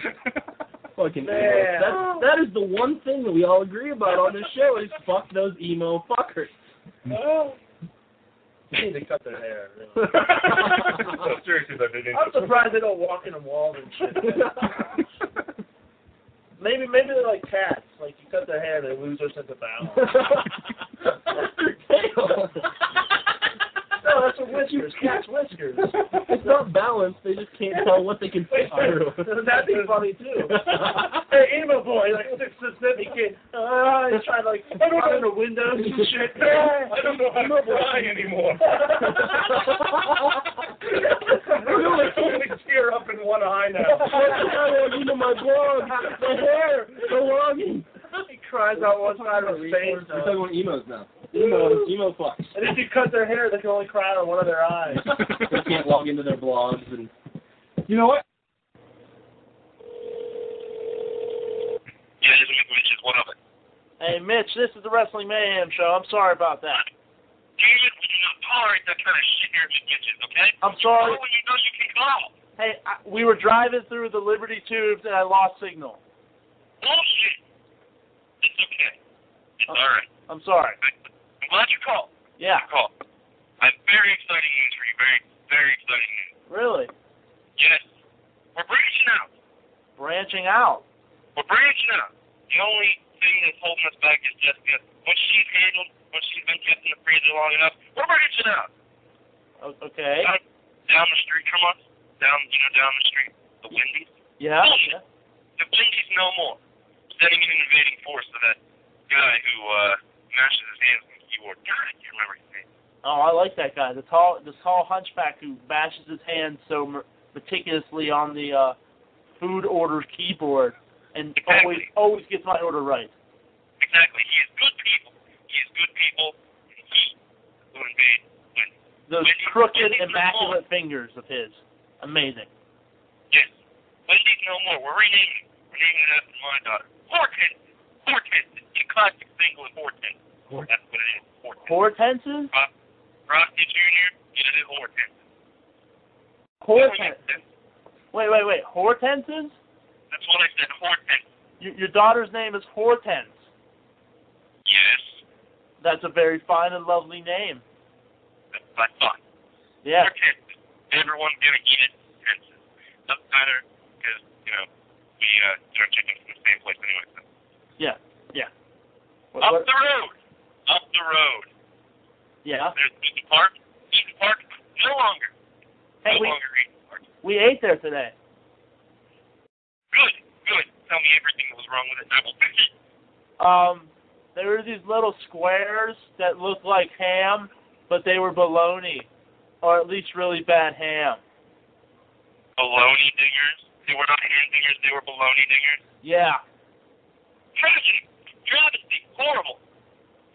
Speaker 5: Fucking emo.
Speaker 9: Man.
Speaker 5: That's, that is the one thing that we all agree about on this show is fuck those emo fuckers.
Speaker 9: They need to cut their hair. Really.
Speaker 17: No, seriously, though, they need
Speaker 9: I'm
Speaker 17: to-
Speaker 9: surprised they don't walk in the walls and shit. maybe maybe they're like cats. Like you cut their hair, they lose their sense of balance. no, that's what whiskers. Cats whiskers.
Speaker 8: It's not balanced. They just can't tell what they can fit through.
Speaker 9: That'd be funny too. hey, emo boy, like this Mississippi kid. Uh, he's trying to like out the windows and shit.
Speaker 17: I don't know how to fly anymore. I can only tear up in one eye now.
Speaker 9: you know my blog, the hair, the longing. He cries out one side of his face.
Speaker 8: We're talking about emos now. Emos, emo fucks.
Speaker 9: And if you cut their hair, they can only cry out of one of their eyes.
Speaker 8: They can't log into their blogs and.
Speaker 9: You know what?
Speaker 2: Yeah, this is Mitch. What of it?
Speaker 9: Hey, Mitch, this is the Wrestling Mayhem Show. I'm sorry about that.
Speaker 2: David, we do not tolerate that kind of shit here at McGinches, okay?
Speaker 9: I'm sorry.
Speaker 2: Call when you know you can call.
Speaker 9: Hey, I, we were driving through the Liberty Tubes and I lost signal.
Speaker 2: Bullshit. It's okay.
Speaker 8: Uh,
Speaker 2: It's all right.
Speaker 9: I'm sorry.
Speaker 2: I'm glad you called.
Speaker 9: Yeah.
Speaker 2: You called. I have very exciting news for you. Very, very exciting news.
Speaker 9: Really?
Speaker 2: Yes. We're branching out.
Speaker 9: Branching out.
Speaker 2: We're branching out. The only thing that's holding us back is Jessica. Once she's handled, once she's been kept in the freezer long enough, we're branching out.
Speaker 9: O- okay.
Speaker 2: Down, down the street from us, down, you know, down the street, the Wendy's.
Speaker 9: Yeah.
Speaker 2: Bullshit. The Wendy's no more. Sending an invading force to that guy who uh, mashes his hands on the keyboard. God, I can't remember his name.
Speaker 9: Oh, I like that guy. The tall, the tall hunchback who bashes his hand so mer- meticulously on the uh, food order keyboard and always always gets my order right.
Speaker 2: Exactly. He is good people. He is good people. And he will invade Wendy's.
Speaker 9: Those
Speaker 2: Wendy's-
Speaker 9: crooked,
Speaker 2: Wendy's no more.
Speaker 9: immaculate fingers of his. Amazing.
Speaker 2: Yes. Wendy's no more. We're renaming it. We're naming it after my daughter. Hortense. Hortense. The classic single in Hortense. That's what it is. Hortense.
Speaker 9: Hortenses?
Speaker 2: Ro- Rocky Jr. It is Hortense.
Speaker 9: Hortenses. Wait, wait, wait. Hortenses?
Speaker 2: That's what I said. Hortense.
Speaker 9: Your, your daughter's name is Hortense.
Speaker 2: Yes.
Speaker 9: That's a very fine and lovely name.
Speaker 2: That's what I thought.
Speaker 9: Yeah.
Speaker 2: Hortense. Everyone's gonna eat it. Hortense. Doesn't matter because you know we uh, get our chicken from the same place anyway. So.
Speaker 9: Yeah. Yeah. What-
Speaker 2: Up
Speaker 9: what-
Speaker 2: the road. Up the road.
Speaker 9: Yeah.
Speaker 2: There's Eaton Park. Eaton Park no longer.
Speaker 9: Hey,
Speaker 2: no
Speaker 9: we-
Speaker 2: longer Eaton Park.
Speaker 9: We ate there today.
Speaker 2: Good, good. Tell me everything that was wrong with it. and I will fix it.
Speaker 9: Um, there were these little squares that looked like ham, but they were bologna, or at least really bad ham.
Speaker 2: Baloney dingers. They were not hand dingers. They were baloney dingers.
Speaker 9: Yeah.
Speaker 2: Tragedy, travesty, horrible,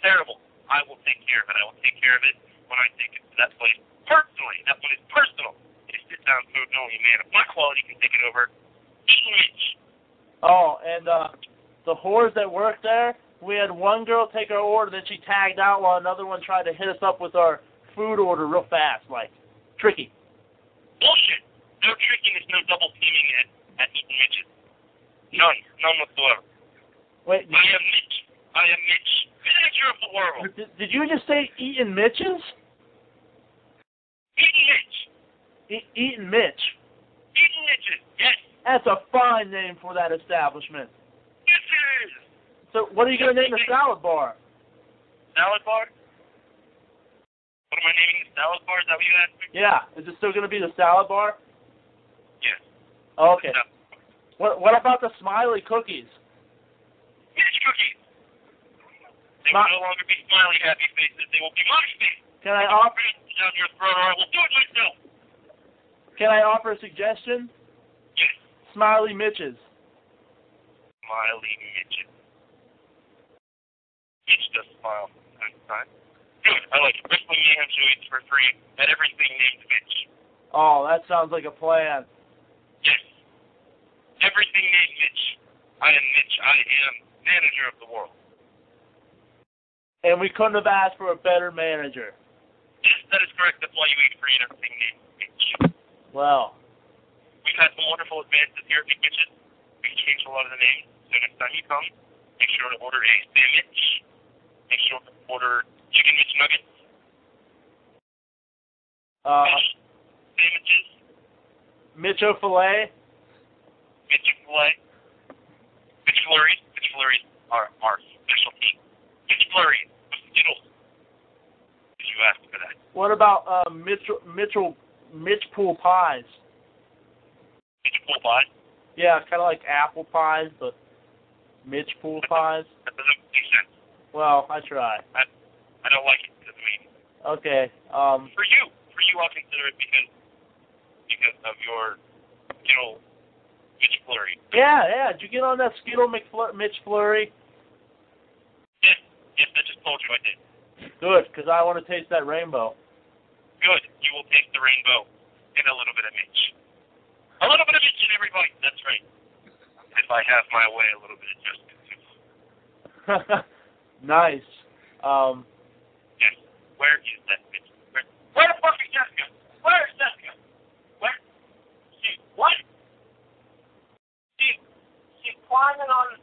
Speaker 2: terrible. I will take care of it. I will take care of it when I take it to that place personally. That one is personal. It is sit down food and only a man of my quality can take it over. Eaton Mitch.
Speaker 9: Oh, and uh, the whores that worked there, we had one girl take our order, then she tagged out while another one tried to hit us up with our food order real fast, like tricky.
Speaker 2: Bullshit. No trickiness, no double teaming at, at Eaton Mitch's. None. None whatsoever.
Speaker 9: Wait,
Speaker 2: I am Mitch. I am Mitch. Manager of the world.
Speaker 9: did, did you just say Eaton Mitch's?
Speaker 2: Eaton Mitch.
Speaker 9: E- Eaton Mitch.
Speaker 2: Eaton Mitch's. Yes.
Speaker 9: That's a fine name for that establishment.
Speaker 2: This is.
Speaker 9: So, what are you going to name the salad bar?
Speaker 2: Salad bar? What am I naming the salad bar? Is that what you asked me?
Speaker 9: Yeah, is it still going to be the salad bar?
Speaker 2: Yes.
Speaker 9: Okay.
Speaker 2: No.
Speaker 9: What What about the smiley cookies?
Speaker 2: Mitch cookies. They
Speaker 9: My-
Speaker 2: will no longer be smiley happy faces. They will be my face.
Speaker 9: Can I offer
Speaker 2: Down your throat or I will do it myself.
Speaker 9: Can I offer a suggestion?
Speaker 2: Yes.
Speaker 9: Smiley Mitches.
Speaker 2: Smiley Mitch. Mitch does smile from time to time. Good. I like it. Wrestling Mayhem Show eats for free at everything named Mitch.
Speaker 9: Oh, that sounds like a plan.
Speaker 2: Yes. Everything named Mitch. I am Mitch. I am manager of the world.
Speaker 9: And we couldn't have asked for a better manager.
Speaker 2: Yes, that is correct. That's why you eat free and everything named Mitch.
Speaker 9: Well,
Speaker 2: We've had some wonderful advances here at Big Mitch's. We've changed a lot of the names. So next time you come, make sure to order a sandwich. Make sure to order chicken Mitch nuggets.
Speaker 9: Uh, Mitchell Filet.
Speaker 2: Mitch Filet. Mitch Flurry. Mitch Flurry. Our, our specialty. Mitch Flurry. Noodles. Did you ask for that?
Speaker 9: What about uh, Mitchell Mitchell Mitch Pool pies?
Speaker 2: Mitch Pool Pie.
Speaker 9: Yeah, kind of like apple pies, but Mitch Pool pies.
Speaker 2: That doesn't make sense.
Speaker 9: Well, I try.
Speaker 2: I, I don't like it. I mean,
Speaker 9: Okay. Um,
Speaker 2: for you, for you, I'll consider it because because of your Skittle Mitch Flurry.
Speaker 9: yeah, yeah. Did you get on that Skittle McFlur- Mitch Flurry?
Speaker 2: Yes, yes. I just told you I did.
Speaker 9: Good, because I want to taste that rainbow.
Speaker 2: Good. You will taste the rainbow and a little bit of Mitch. A little bit of Mitch in every bite. That's right. If I have my way, a little bit of just
Speaker 9: nice. Um,
Speaker 2: yes. Where is that Mitch? Where, where the fuck is Jessica? Where is Jessica? Where? She what? She she's climbing on.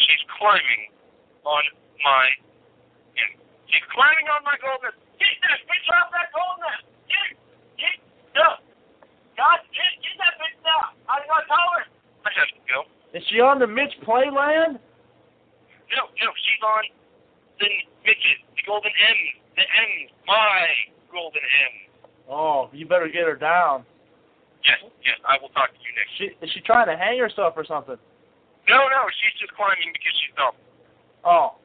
Speaker 2: She's climbing on my. And she's climbing on my gold nest. Get that bitch off that gold nest. Get it. Get no. God, get, get that bitch now. I'm gonna tell her. I have to go.
Speaker 9: is she on the Mitch Playland?
Speaker 2: No, no, she's on the Mitch's, the golden M, the M, my golden M.
Speaker 9: Oh, you better get her down.
Speaker 2: Yes, yes, I will talk to you next.
Speaker 9: She is she trying to hang herself or something?
Speaker 2: No, no, she's just climbing because she's dumb.
Speaker 9: Oh.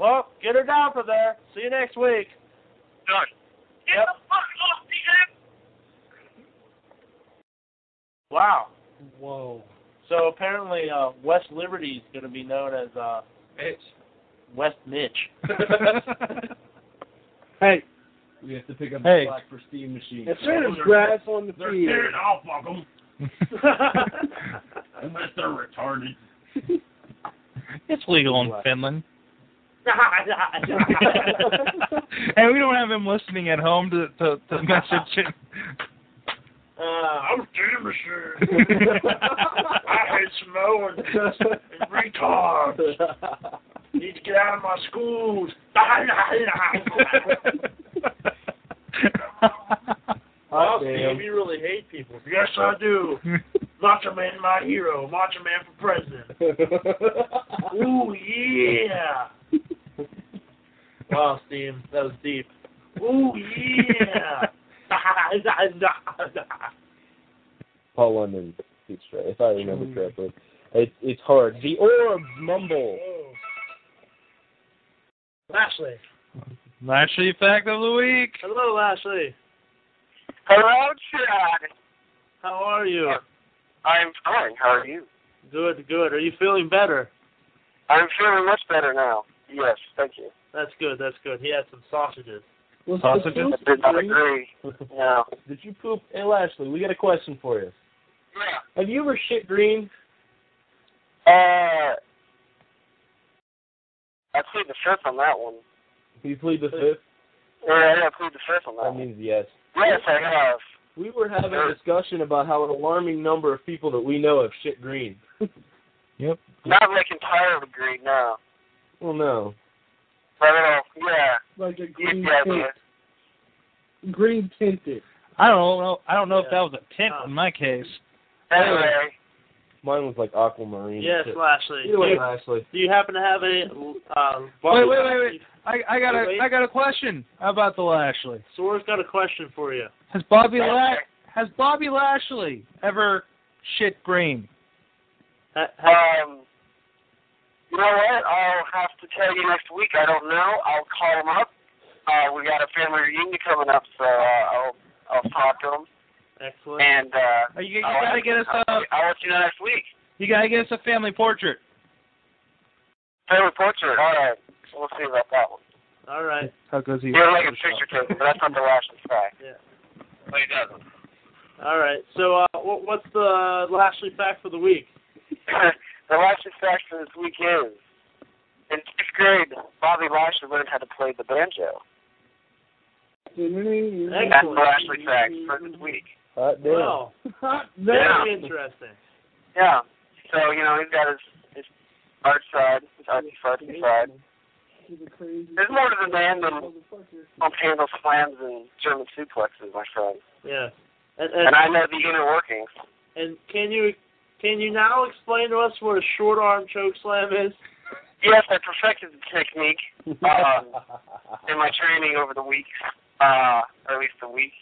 Speaker 9: Well, get her down for there. See you next week.
Speaker 2: Done.
Speaker 9: Yep. Wow.
Speaker 5: Whoa.
Speaker 9: So apparently, uh, West Liberty is going to be known as uh,
Speaker 5: Mitch.
Speaker 9: West Mitch.
Speaker 18: Hey,
Speaker 5: We have to pick up
Speaker 18: Hey.
Speaker 5: the slack for steam machine.
Speaker 18: As soon as grass on the
Speaker 5: They're
Speaker 18: field.
Speaker 5: dead, I'll fuck 'em. Unless they're retarded.
Speaker 8: It's legal in Finland.
Speaker 9: uh,
Speaker 8: And we don't have him listening at home to to, to message him.
Speaker 19: I'm damn ashamed. I hate Samoans and retards. Need to get out of my schools.
Speaker 8: Oh,
Speaker 9: Wow,
Speaker 19: damn.
Speaker 9: Steve, you really hate people.
Speaker 19: yes, I do. Macho Man, my hero. Macho Man for president. Ooh, yeah.
Speaker 9: Wow, Steve, that was deep.
Speaker 19: Ooh, yeah.
Speaker 6: Paul London speaks right, if I remember correctly. It, it's hard. The orbs mumble.
Speaker 9: Lashley.
Speaker 8: Lashley fact of the week.
Speaker 9: Hello, Lashley.
Speaker 2: Hello, Chad.
Speaker 9: How are you?
Speaker 2: I'm fine. How are you?
Speaker 9: Good, good. Are you feeling better?
Speaker 2: I'm feeling much better now. Yes, thank you.
Speaker 9: That's good, that's good. He had some sausages.
Speaker 6: Was
Speaker 2: I did not agree. No.
Speaker 6: Did you poop? Hey, Lashley, we got a question for you.
Speaker 2: Yeah.
Speaker 6: Have you ever shit green?
Speaker 2: Uh, I plead the fifth on that one.
Speaker 6: You plead the fifth?
Speaker 2: Yeah, yeah, I plead the fifth on that
Speaker 6: That
Speaker 2: one.
Speaker 6: means yes.
Speaker 2: Yes, I have.
Speaker 6: We were having a discussion about how an alarming number of people that we know have shit green.
Speaker 2: Not like entirely agreed, no.
Speaker 6: Well, no.
Speaker 2: But at all. Yeah.
Speaker 18: Like a
Speaker 2: You
Speaker 18: green
Speaker 2: get the idea.
Speaker 18: tint. Green tinted.
Speaker 8: I don't know. I don't know if that was a tint in my case.
Speaker 2: Anyway,
Speaker 6: Mine was like aquamarine.
Speaker 9: Yes,
Speaker 6: shit.
Speaker 9: Lashley.
Speaker 6: Either way,
Speaker 9: Do-
Speaker 6: Lashley.
Speaker 9: Do you happen to have any? Uh,
Speaker 8: Wait, wait, wait, wait. I, I got a I got a question about the Lashley.
Speaker 9: Sora's got a question for you.
Speaker 8: Has Bobby La- has Bobby Lashley ever shit green?
Speaker 2: Um, you know what? I'll have to tell you next week. I don't know. I'll call him up. Uh, we got a family reunion coming up, so uh, I'll I'll talk to him.
Speaker 9: Excellent.
Speaker 2: And uh,
Speaker 8: Are you- you
Speaker 2: I'll
Speaker 8: gotta get us
Speaker 2: I'll,
Speaker 8: a-
Speaker 2: I'll let you know next week.
Speaker 8: You gotta get us a family portrait.
Speaker 2: Family portrait. All right. We'll see about that one.
Speaker 9: All right.
Speaker 8: How goes he?
Speaker 2: You're like a picture taken, but that's not the last guy.
Speaker 9: Yeah.
Speaker 2: But he doesn't.
Speaker 9: All right. So, uh, what, what's the Lashley fact for the week?
Speaker 2: the Lashley fact for this week is in sixth grade, Bobby Lashley learned how to play the banjo. That's the
Speaker 18: Excellent.
Speaker 2: Lashley fact for this week.
Speaker 6: Hot damn.
Speaker 9: Wow. Very interesting.
Speaker 2: Yeah. So you know he's got his his art side, his artsy fartsy side, There's more to the man than on handle slams and German suplexes, my friend.
Speaker 6: Yeah.
Speaker 2: And I know the inner workings.
Speaker 6: And can you can you now explain to us what a short arm choke slam is?
Speaker 2: Yes, I perfected the technique uh, in my training over the week, uh, or at least the week.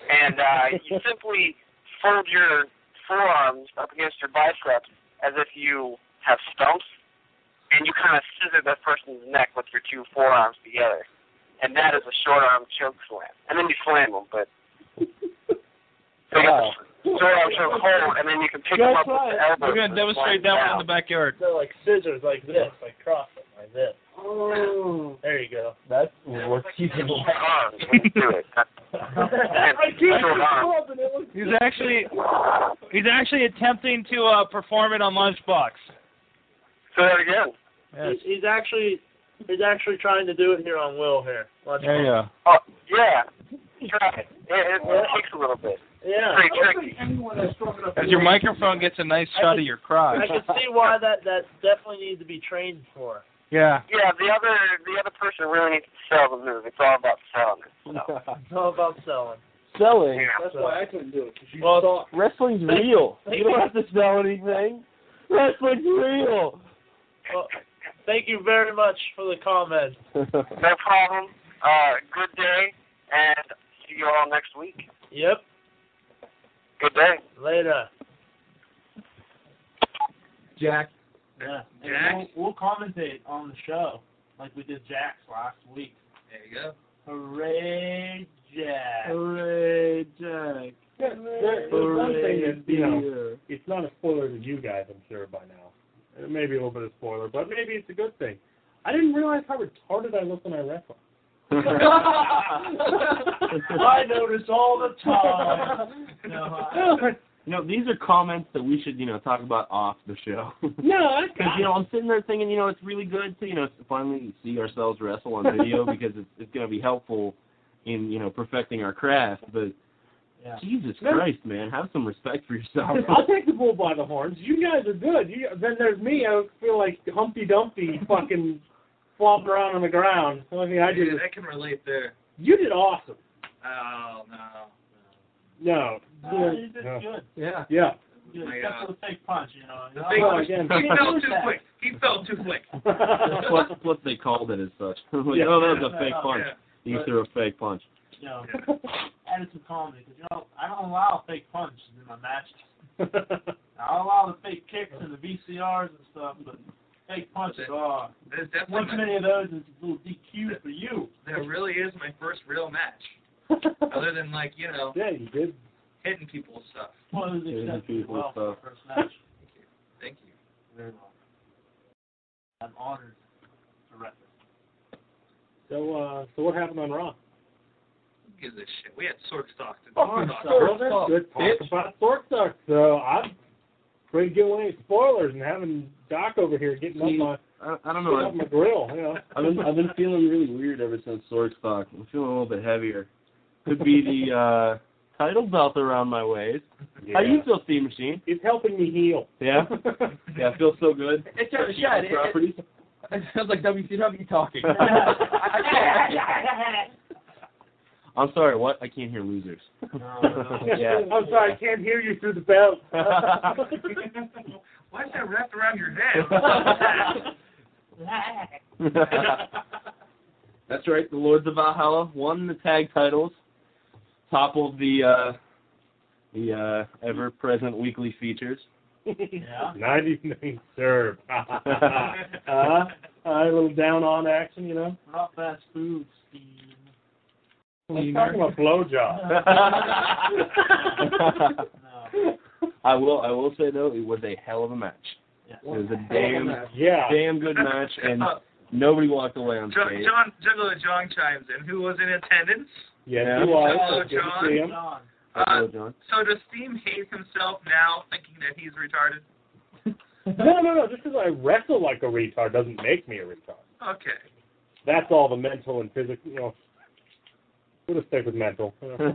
Speaker 2: And uh, you simply fold your forearms up against your biceps as if you have stumps, and you kind of scissor that person's neck with your two forearms together. And that is a short arm choke slam. And then you slam them, but so
Speaker 20: Wow.
Speaker 2: short arm choke hold, and then you can pick them up with the elbow.
Speaker 8: We're gonna demonstrate that one in the backyard.
Speaker 6: They're like scissors, like this, like cross them, like this. Oh. There you go.
Speaker 20: That's worth keeping
Speaker 6: I
Speaker 2: can't
Speaker 8: He's actually he's actually attempting to uh, perform it on Lunchbox.
Speaker 2: Say that again.
Speaker 6: He's, he's actually he's actually trying to do it here on Will here. Watch
Speaker 8: There you go.
Speaker 2: Oh, yeah. Try it. It, it, it takes a little bit.
Speaker 6: Yeah.
Speaker 2: Pretty tricky.
Speaker 8: As your microphone gets a nice shot of your crotch.
Speaker 6: I can see why that that definitely needs to be trained for.
Speaker 8: Yeah.
Speaker 2: Yeah, the other the other person really needs to sell the move. It's all about selling it. So.
Speaker 6: It's all about selling.
Speaker 20: Selling.
Speaker 6: That's why I couldn't do it. you
Speaker 20: Well, wrestling's real. You don't have to sell anything. Wrestling's real.
Speaker 6: Well, thank you very much for the comment.
Speaker 2: No problem. Uh, good day, and see you all next week.
Speaker 6: Yep.
Speaker 2: Good day.
Speaker 6: Later.
Speaker 20: Jack.
Speaker 6: Yeah.
Speaker 21: And Jax?
Speaker 6: We'll, we'll commentate on the show like we did Jack's last week.
Speaker 8: There you go.
Speaker 6: Hooray, Jack.
Speaker 22: Hooray, Jack.
Speaker 9: There- there- there's one thing that, you know, it's not a spoiler to you guys, I'm sure, by now. Uh, Maybe a little bit of spoiler, but maybe it's a good thing. I didn't realize how retarded I looked when I wrestled.
Speaker 6: I notice all the time. No,
Speaker 8: uh,
Speaker 6: I-
Speaker 5: You know, these are comments that we should, you know, talk about off the show.
Speaker 9: No,
Speaker 5: Because you know, I'm sitting there thinking, you know, it's really good to you know finally see ourselves wrestle on video because it's it's going to be helpful in you know perfecting our craft. But
Speaker 9: Yeah.
Speaker 5: Jesus
Speaker 9: No.
Speaker 5: Christ, man, have some respect for yourself.
Speaker 9: I'll take the bull by the horns. You guys are good. You, then there's me. I feel like Humpty Dumpty fucking flopping around on the ground. The only thing I did was,
Speaker 8: can relate there.
Speaker 9: you did awesome.
Speaker 8: Oh no.
Speaker 9: No.
Speaker 6: No, you did
Speaker 9: No.
Speaker 6: good.
Speaker 9: Yeah. Yeah.
Speaker 6: You
Speaker 8: My,
Speaker 6: accepted
Speaker 8: uh,
Speaker 6: the fake punch, you know.
Speaker 8: The thing
Speaker 9: Oh,
Speaker 8: was,
Speaker 9: again.
Speaker 8: he fell too quick. He fell too quick.
Speaker 5: That's what, that's what they called it as such. like,
Speaker 9: Yeah.
Speaker 5: oh, that was
Speaker 6: Yeah.
Speaker 5: a fake punch.
Speaker 6: Yeah.
Speaker 5: You threw a fake punch.
Speaker 6: You know, added some comedy because you know I don't allow fake punches in my matches. I allow the fake kicks and the VCRs and stuff, but fake punches are.
Speaker 8: There's definitely
Speaker 6: Once
Speaker 8: my-
Speaker 6: many of those is a little DQ for you.
Speaker 8: That really is my first real match. Other than like, you know,
Speaker 9: Yeah, you did.
Speaker 8: hitting people and stuff.
Speaker 6: One of those
Speaker 5: Hitting
Speaker 6: exceptions as
Speaker 5: people
Speaker 6: well
Speaker 5: and
Speaker 6: for the
Speaker 5: stuff.
Speaker 6: first match.
Speaker 8: Thank you.
Speaker 6: Very well. I'm honored to represent.
Speaker 9: So, uh, so what happened on Raw?
Speaker 8: Who gives a shit? We had Sork's talk to
Speaker 9: Oh, Well, that's good talk about Fork Talk. So I'm ready to give away any spoilers and having Doc over here getting
Speaker 5: See,
Speaker 9: up
Speaker 5: I, I
Speaker 9: my
Speaker 5: don't know.
Speaker 9: getting up my grill. You know.
Speaker 5: I've been I've been feeling really weird ever since sword stock. I'm feeling a little bit heavier. Could be the uh title belt around my waist. How do you feel, Steam Machine?
Speaker 9: It's helping me heal.
Speaker 5: Yeah. yeah, I feel so good.
Speaker 20: It's just, yeah, it, it,
Speaker 5: Properties.
Speaker 20: it sounds like WCW talking.
Speaker 5: I'm sorry, what? I can't hear losers. yeah.
Speaker 9: I'm sorry, I can't hear you through the belt.
Speaker 8: Why is that wrapped around your neck?
Speaker 5: That's right. The Lords of Valhalla won the tag titles, toppled the uh, the uh, ever-present weekly features.
Speaker 6: Yeah.
Speaker 9: 99 serve.
Speaker 5: Uh-huh.
Speaker 9: uh, a little down on action, you know.
Speaker 6: We're not fast food, Steve.
Speaker 9: I'm talking about blowjob.
Speaker 6: No.
Speaker 5: I will I will say though, it was a hell of a match.
Speaker 6: Yeah.
Speaker 5: It was a damn
Speaker 9: Yeah.
Speaker 5: damn good match, and nobody walked away on
Speaker 8: Uh, John,
Speaker 5: stage.
Speaker 8: John Juggalo John chimes in. Who was in attendance?
Speaker 9: Yes,
Speaker 5: Yeah.
Speaker 9: he was.
Speaker 8: Hello,
Speaker 9: Good to
Speaker 8: John.
Speaker 9: see him.
Speaker 6: John.
Speaker 5: Hello, John.
Speaker 8: Uh, So does Steam hate himself now, thinking that he's retarded?
Speaker 9: No, no, no. Just because I wrestle like a retard doesn't make me a retard.
Speaker 8: Okay.
Speaker 9: That's all the mental and physical. You know, we'll just stick with mental.
Speaker 8: Okay.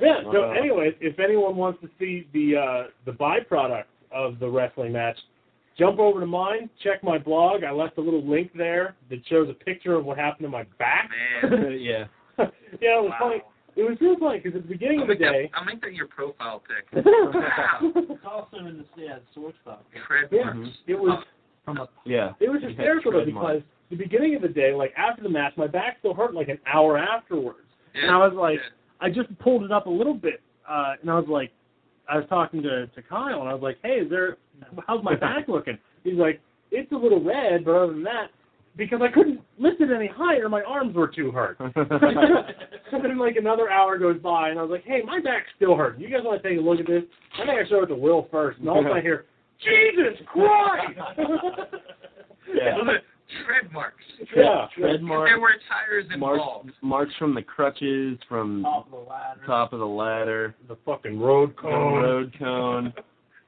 Speaker 9: yeah. So, anyways, if anyone wants to see the uh, the byproduct of the wrestling match,
Speaker 6: Jump over to mine, check my blog. I left a little link there that shows a picture of what happened to my back.
Speaker 5: yeah.
Speaker 6: yeah, it was funny. It was real funny because at the beginning
Speaker 8: I'll
Speaker 6: of the
Speaker 8: make, that,
Speaker 6: day,
Speaker 8: I'll make that your profile pic. Wow.
Speaker 6: it's also in the yeah, source box. Yeah,
Speaker 8: Trademarks. Oh.
Speaker 6: it was
Speaker 5: Yeah.
Speaker 6: it was hysterical though because the beginning of the day, like after the match, my back still hurt like an hour afterwards, and I was like, I just pulled it up a little bit, uh, and I was like, I was talking to to Kyle, and I was like, Hey, is there? How's my back looking? He's like, It's a little red, but other than that. Because I couldn't lift it any higher, my arms were too hurt. and then like another hour goes by, and I was like, "Hey, my back's still hurting. You guys want to take a look at this?" I think I showed it to Will first, and all of a sudden I hear, "Jesus Christ!"
Speaker 5: Yeah.
Speaker 8: Trademarks.
Speaker 5: Yeah.
Speaker 8: There were tires
Speaker 5: March,
Speaker 8: involved.
Speaker 5: march from the crutches, from top of the ladder,
Speaker 6: the fucking road
Speaker 5: The road cone.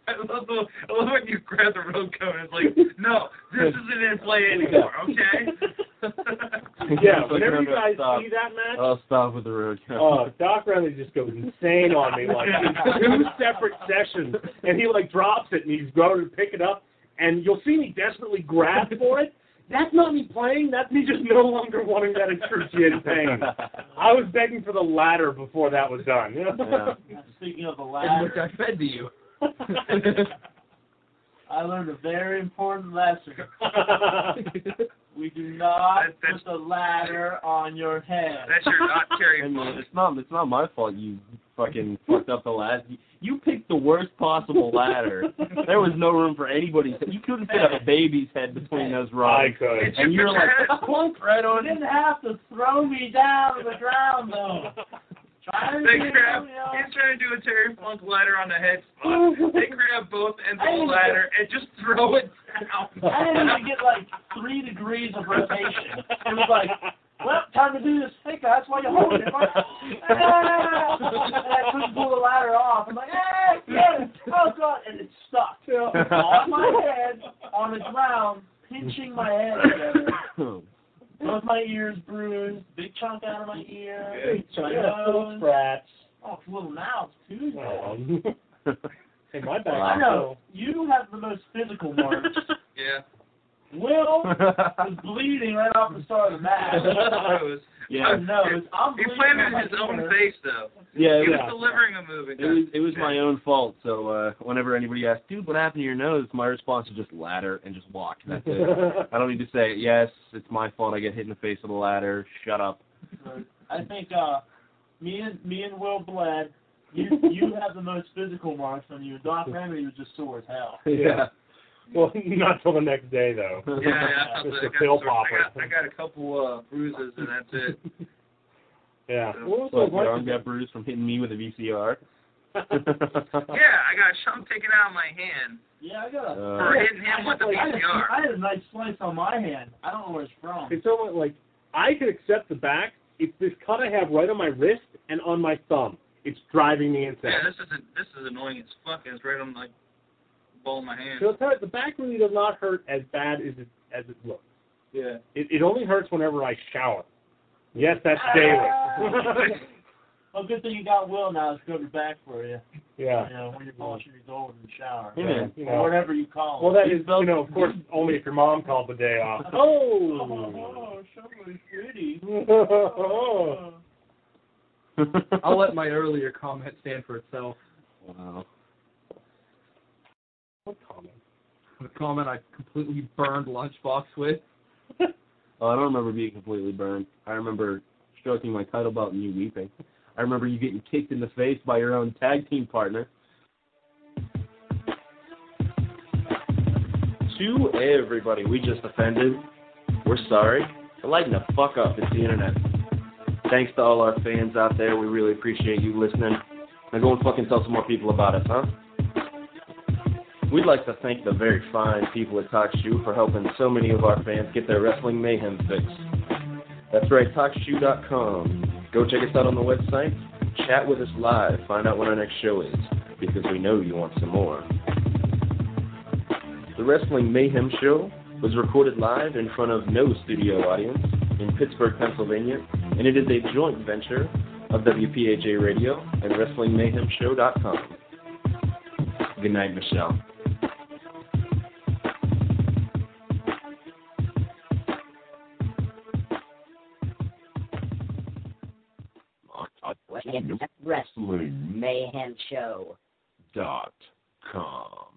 Speaker 8: I love, the, I love when you grab the road cone and it's like, no, this isn't in play anymore, okay?
Speaker 6: yeah,
Speaker 5: It's like
Speaker 6: whenever
Speaker 5: I'm
Speaker 6: you
Speaker 5: gonna
Speaker 6: guys
Speaker 5: stop.
Speaker 6: see that match,
Speaker 5: I'll stop with the road cone.
Speaker 6: Oh, Doc Remley just goes insane on me. Like in two separate sessions, and he like drops it, and he's going to pick it up, and you'll see me desperately grab for it. That's not me playing. That's me just no longer wanting that excruciating pain. I was begging for the ladder before that was done.
Speaker 8: Yeah.
Speaker 9: Speaking of the
Speaker 8: And look,
Speaker 9: ladder,
Speaker 8: I fed to you.
Speaker 9: I learned a very important lesson. we do not put the ladder on your head.
Speaker 8: That's your not carry.
Speaker 5: And uh, it's not it's not my fault you fucking fucked up the ladder. You, you picked the worst possible ladder. there was no room for anybody's head. You couldn't fit a baby's head between those rods.
Speaker 6: I could.
Speaker 5: And you're like plunk right
Speaker 9: You
Speaker 5: on
Speaker 9: didn't have to throw me down to the ground though. Try to
Speaker 8: They
Speaker 9: get
Speaker 8: grab,
Speaker 9: me on-
Speaker 8: he's trying to do a Terry Funk ladder on the head spot. They grab both ends of the ladder and just throw it down.
Speaker 9: I didn't even get like three degrees of rotation. It was like, well, time to do this pick. That's why you hold it. Right? Ah! And I couldn't pull the ladder off. I'm like, ah, yes, oh god, and it stuck on my head, on the ground, pinching my head together. Both my ears bruised, big chunk out of my ear, big chunk
Speaker 6: Yeah, little
Speaker 9: nose.
Speaker 6: scratch.
Speaker 9: Oh, it's little mouth too.
Speaker 6: Oh. hey, my back. Oh.
Speaker 9: I know you have the most physical marks.
Speaker 8: Yeah.
Speaker 9: Will was bleeding right off the start of the match.
Speaker 5: Yeah.
Speaker 9: No, it's- I'm
Speaker 8: He
Speaker 9: bleeding
Speaker 8: planted
Speaker 9: on my
Speaker 8: his own
Speaker 9: ear.
Speaker 8: face though.
Speaker 5: Yeah,
Speaker 8: He
Speaker 5: yeah.
Speaker 8: was delivering a move. and
Speaker 5: It was it was my own fault. So uh whenever anybody asks, "Dude, what happened to your nose?" my response is just ladder and just walk. That's it. I don't need to say yes. It's my fault. I get hit in the face with a ladder. Shut up.
Speaker 9: I think uh, me and me and Will bled. You you have the most physical marks on you. Doc Remedy was just sore as hell.
Speaker 5: Yeah.
Speaker 6: Well, not till the next day though.
Speaker 8: got- Yeah, yeah. I thought
Speaker 6: Just
Speaker 8: that
Speaker 6: a
Speaker 8: I got
Speaker 6: pill
Speaker 8: sort of- I
Speaker 6: popper.
Speaker 8: got- I got a couple uh, bruises and that's it.
Speaker 6: Yeah.
Speaker 5: What
Speaker 6: was
Speaker 5: your
Speaker 6: the-
Speaker 5: arm got bruised from hitting me with a VCR?
Speaker 8: Yeah, I got a chunk taken out of my hand.
Speaker 9: Yeah, I got
Speaker 5: a-
Speaker 8: For hitting him with the
Speaker 9: I had,
Speaker 8: VCR.
Speaker 9: I had a nice slice on my hand. I don't know where it's from.
Speaker 6: It's almost like I could accept the back. It's this cut I have right on my wrist and on my thumb. It's driving me insane.
Speaker 8: Yeah, this is a, this is annoying as fuck. and It's right on my ball of my hand.
Speaker 6: So it's hard. The back really does not hurt as bad as it as it looks.
Speaker 8: Yeah.
Speaker 6: It it only hurts whenever I shower. Yes, that's daily.
Speaker 9: well, good thing you got Will now. It's covered back for you.
Speaker 6: yeah.
Speaker 9: You know, when you're washing your gold in the shower.
Speaker 6: Yeah, man.
Speaker 9: Or whatever you call
Speaker 6: Well,
Speaker 9: it.
Speaker 6: that is you know of course only if your mom called the day off. Oh.
Speaker 9: Oh, somebody's pretty. Oh.
Speaker 23: I'll let my earlier comment stand for itself.
Speaker 5: Wow.
Speaker 6: What comment?
Speaker 23: The comment I completely burned Lunchbox with.
Speaker 5: Oh, I don't remember being completely burned. I remember stroking my title belt and you weeping. I remember you getting kicked in the face by your own tag team partner. To everybody we just offended, we're sorry. But lighten the fuck up. It's the internet. Thanks to all our fans out there. We really appreciate you listening. Now go and fucking tell some more people about us, huh? We'd like to thank the very fine people at TalkShoe for helping so many of our fans get their wrestling mayhem fixed. That's right, TalkShoe.com. Go check us out on the website. Chat with us live. Find out when our next show is, because we know you want some more. The Wrestling Mayhem Show was recorded live in front of no studio audience in Pittsburgh, Pennsylvania, and it is a joint venture of WPAJ Radio and WrestlingMayhemShow.com. Good night, Michelle.
Speaker 3: It's Wrestling Mayhem Show.
Speaker 24: dot com.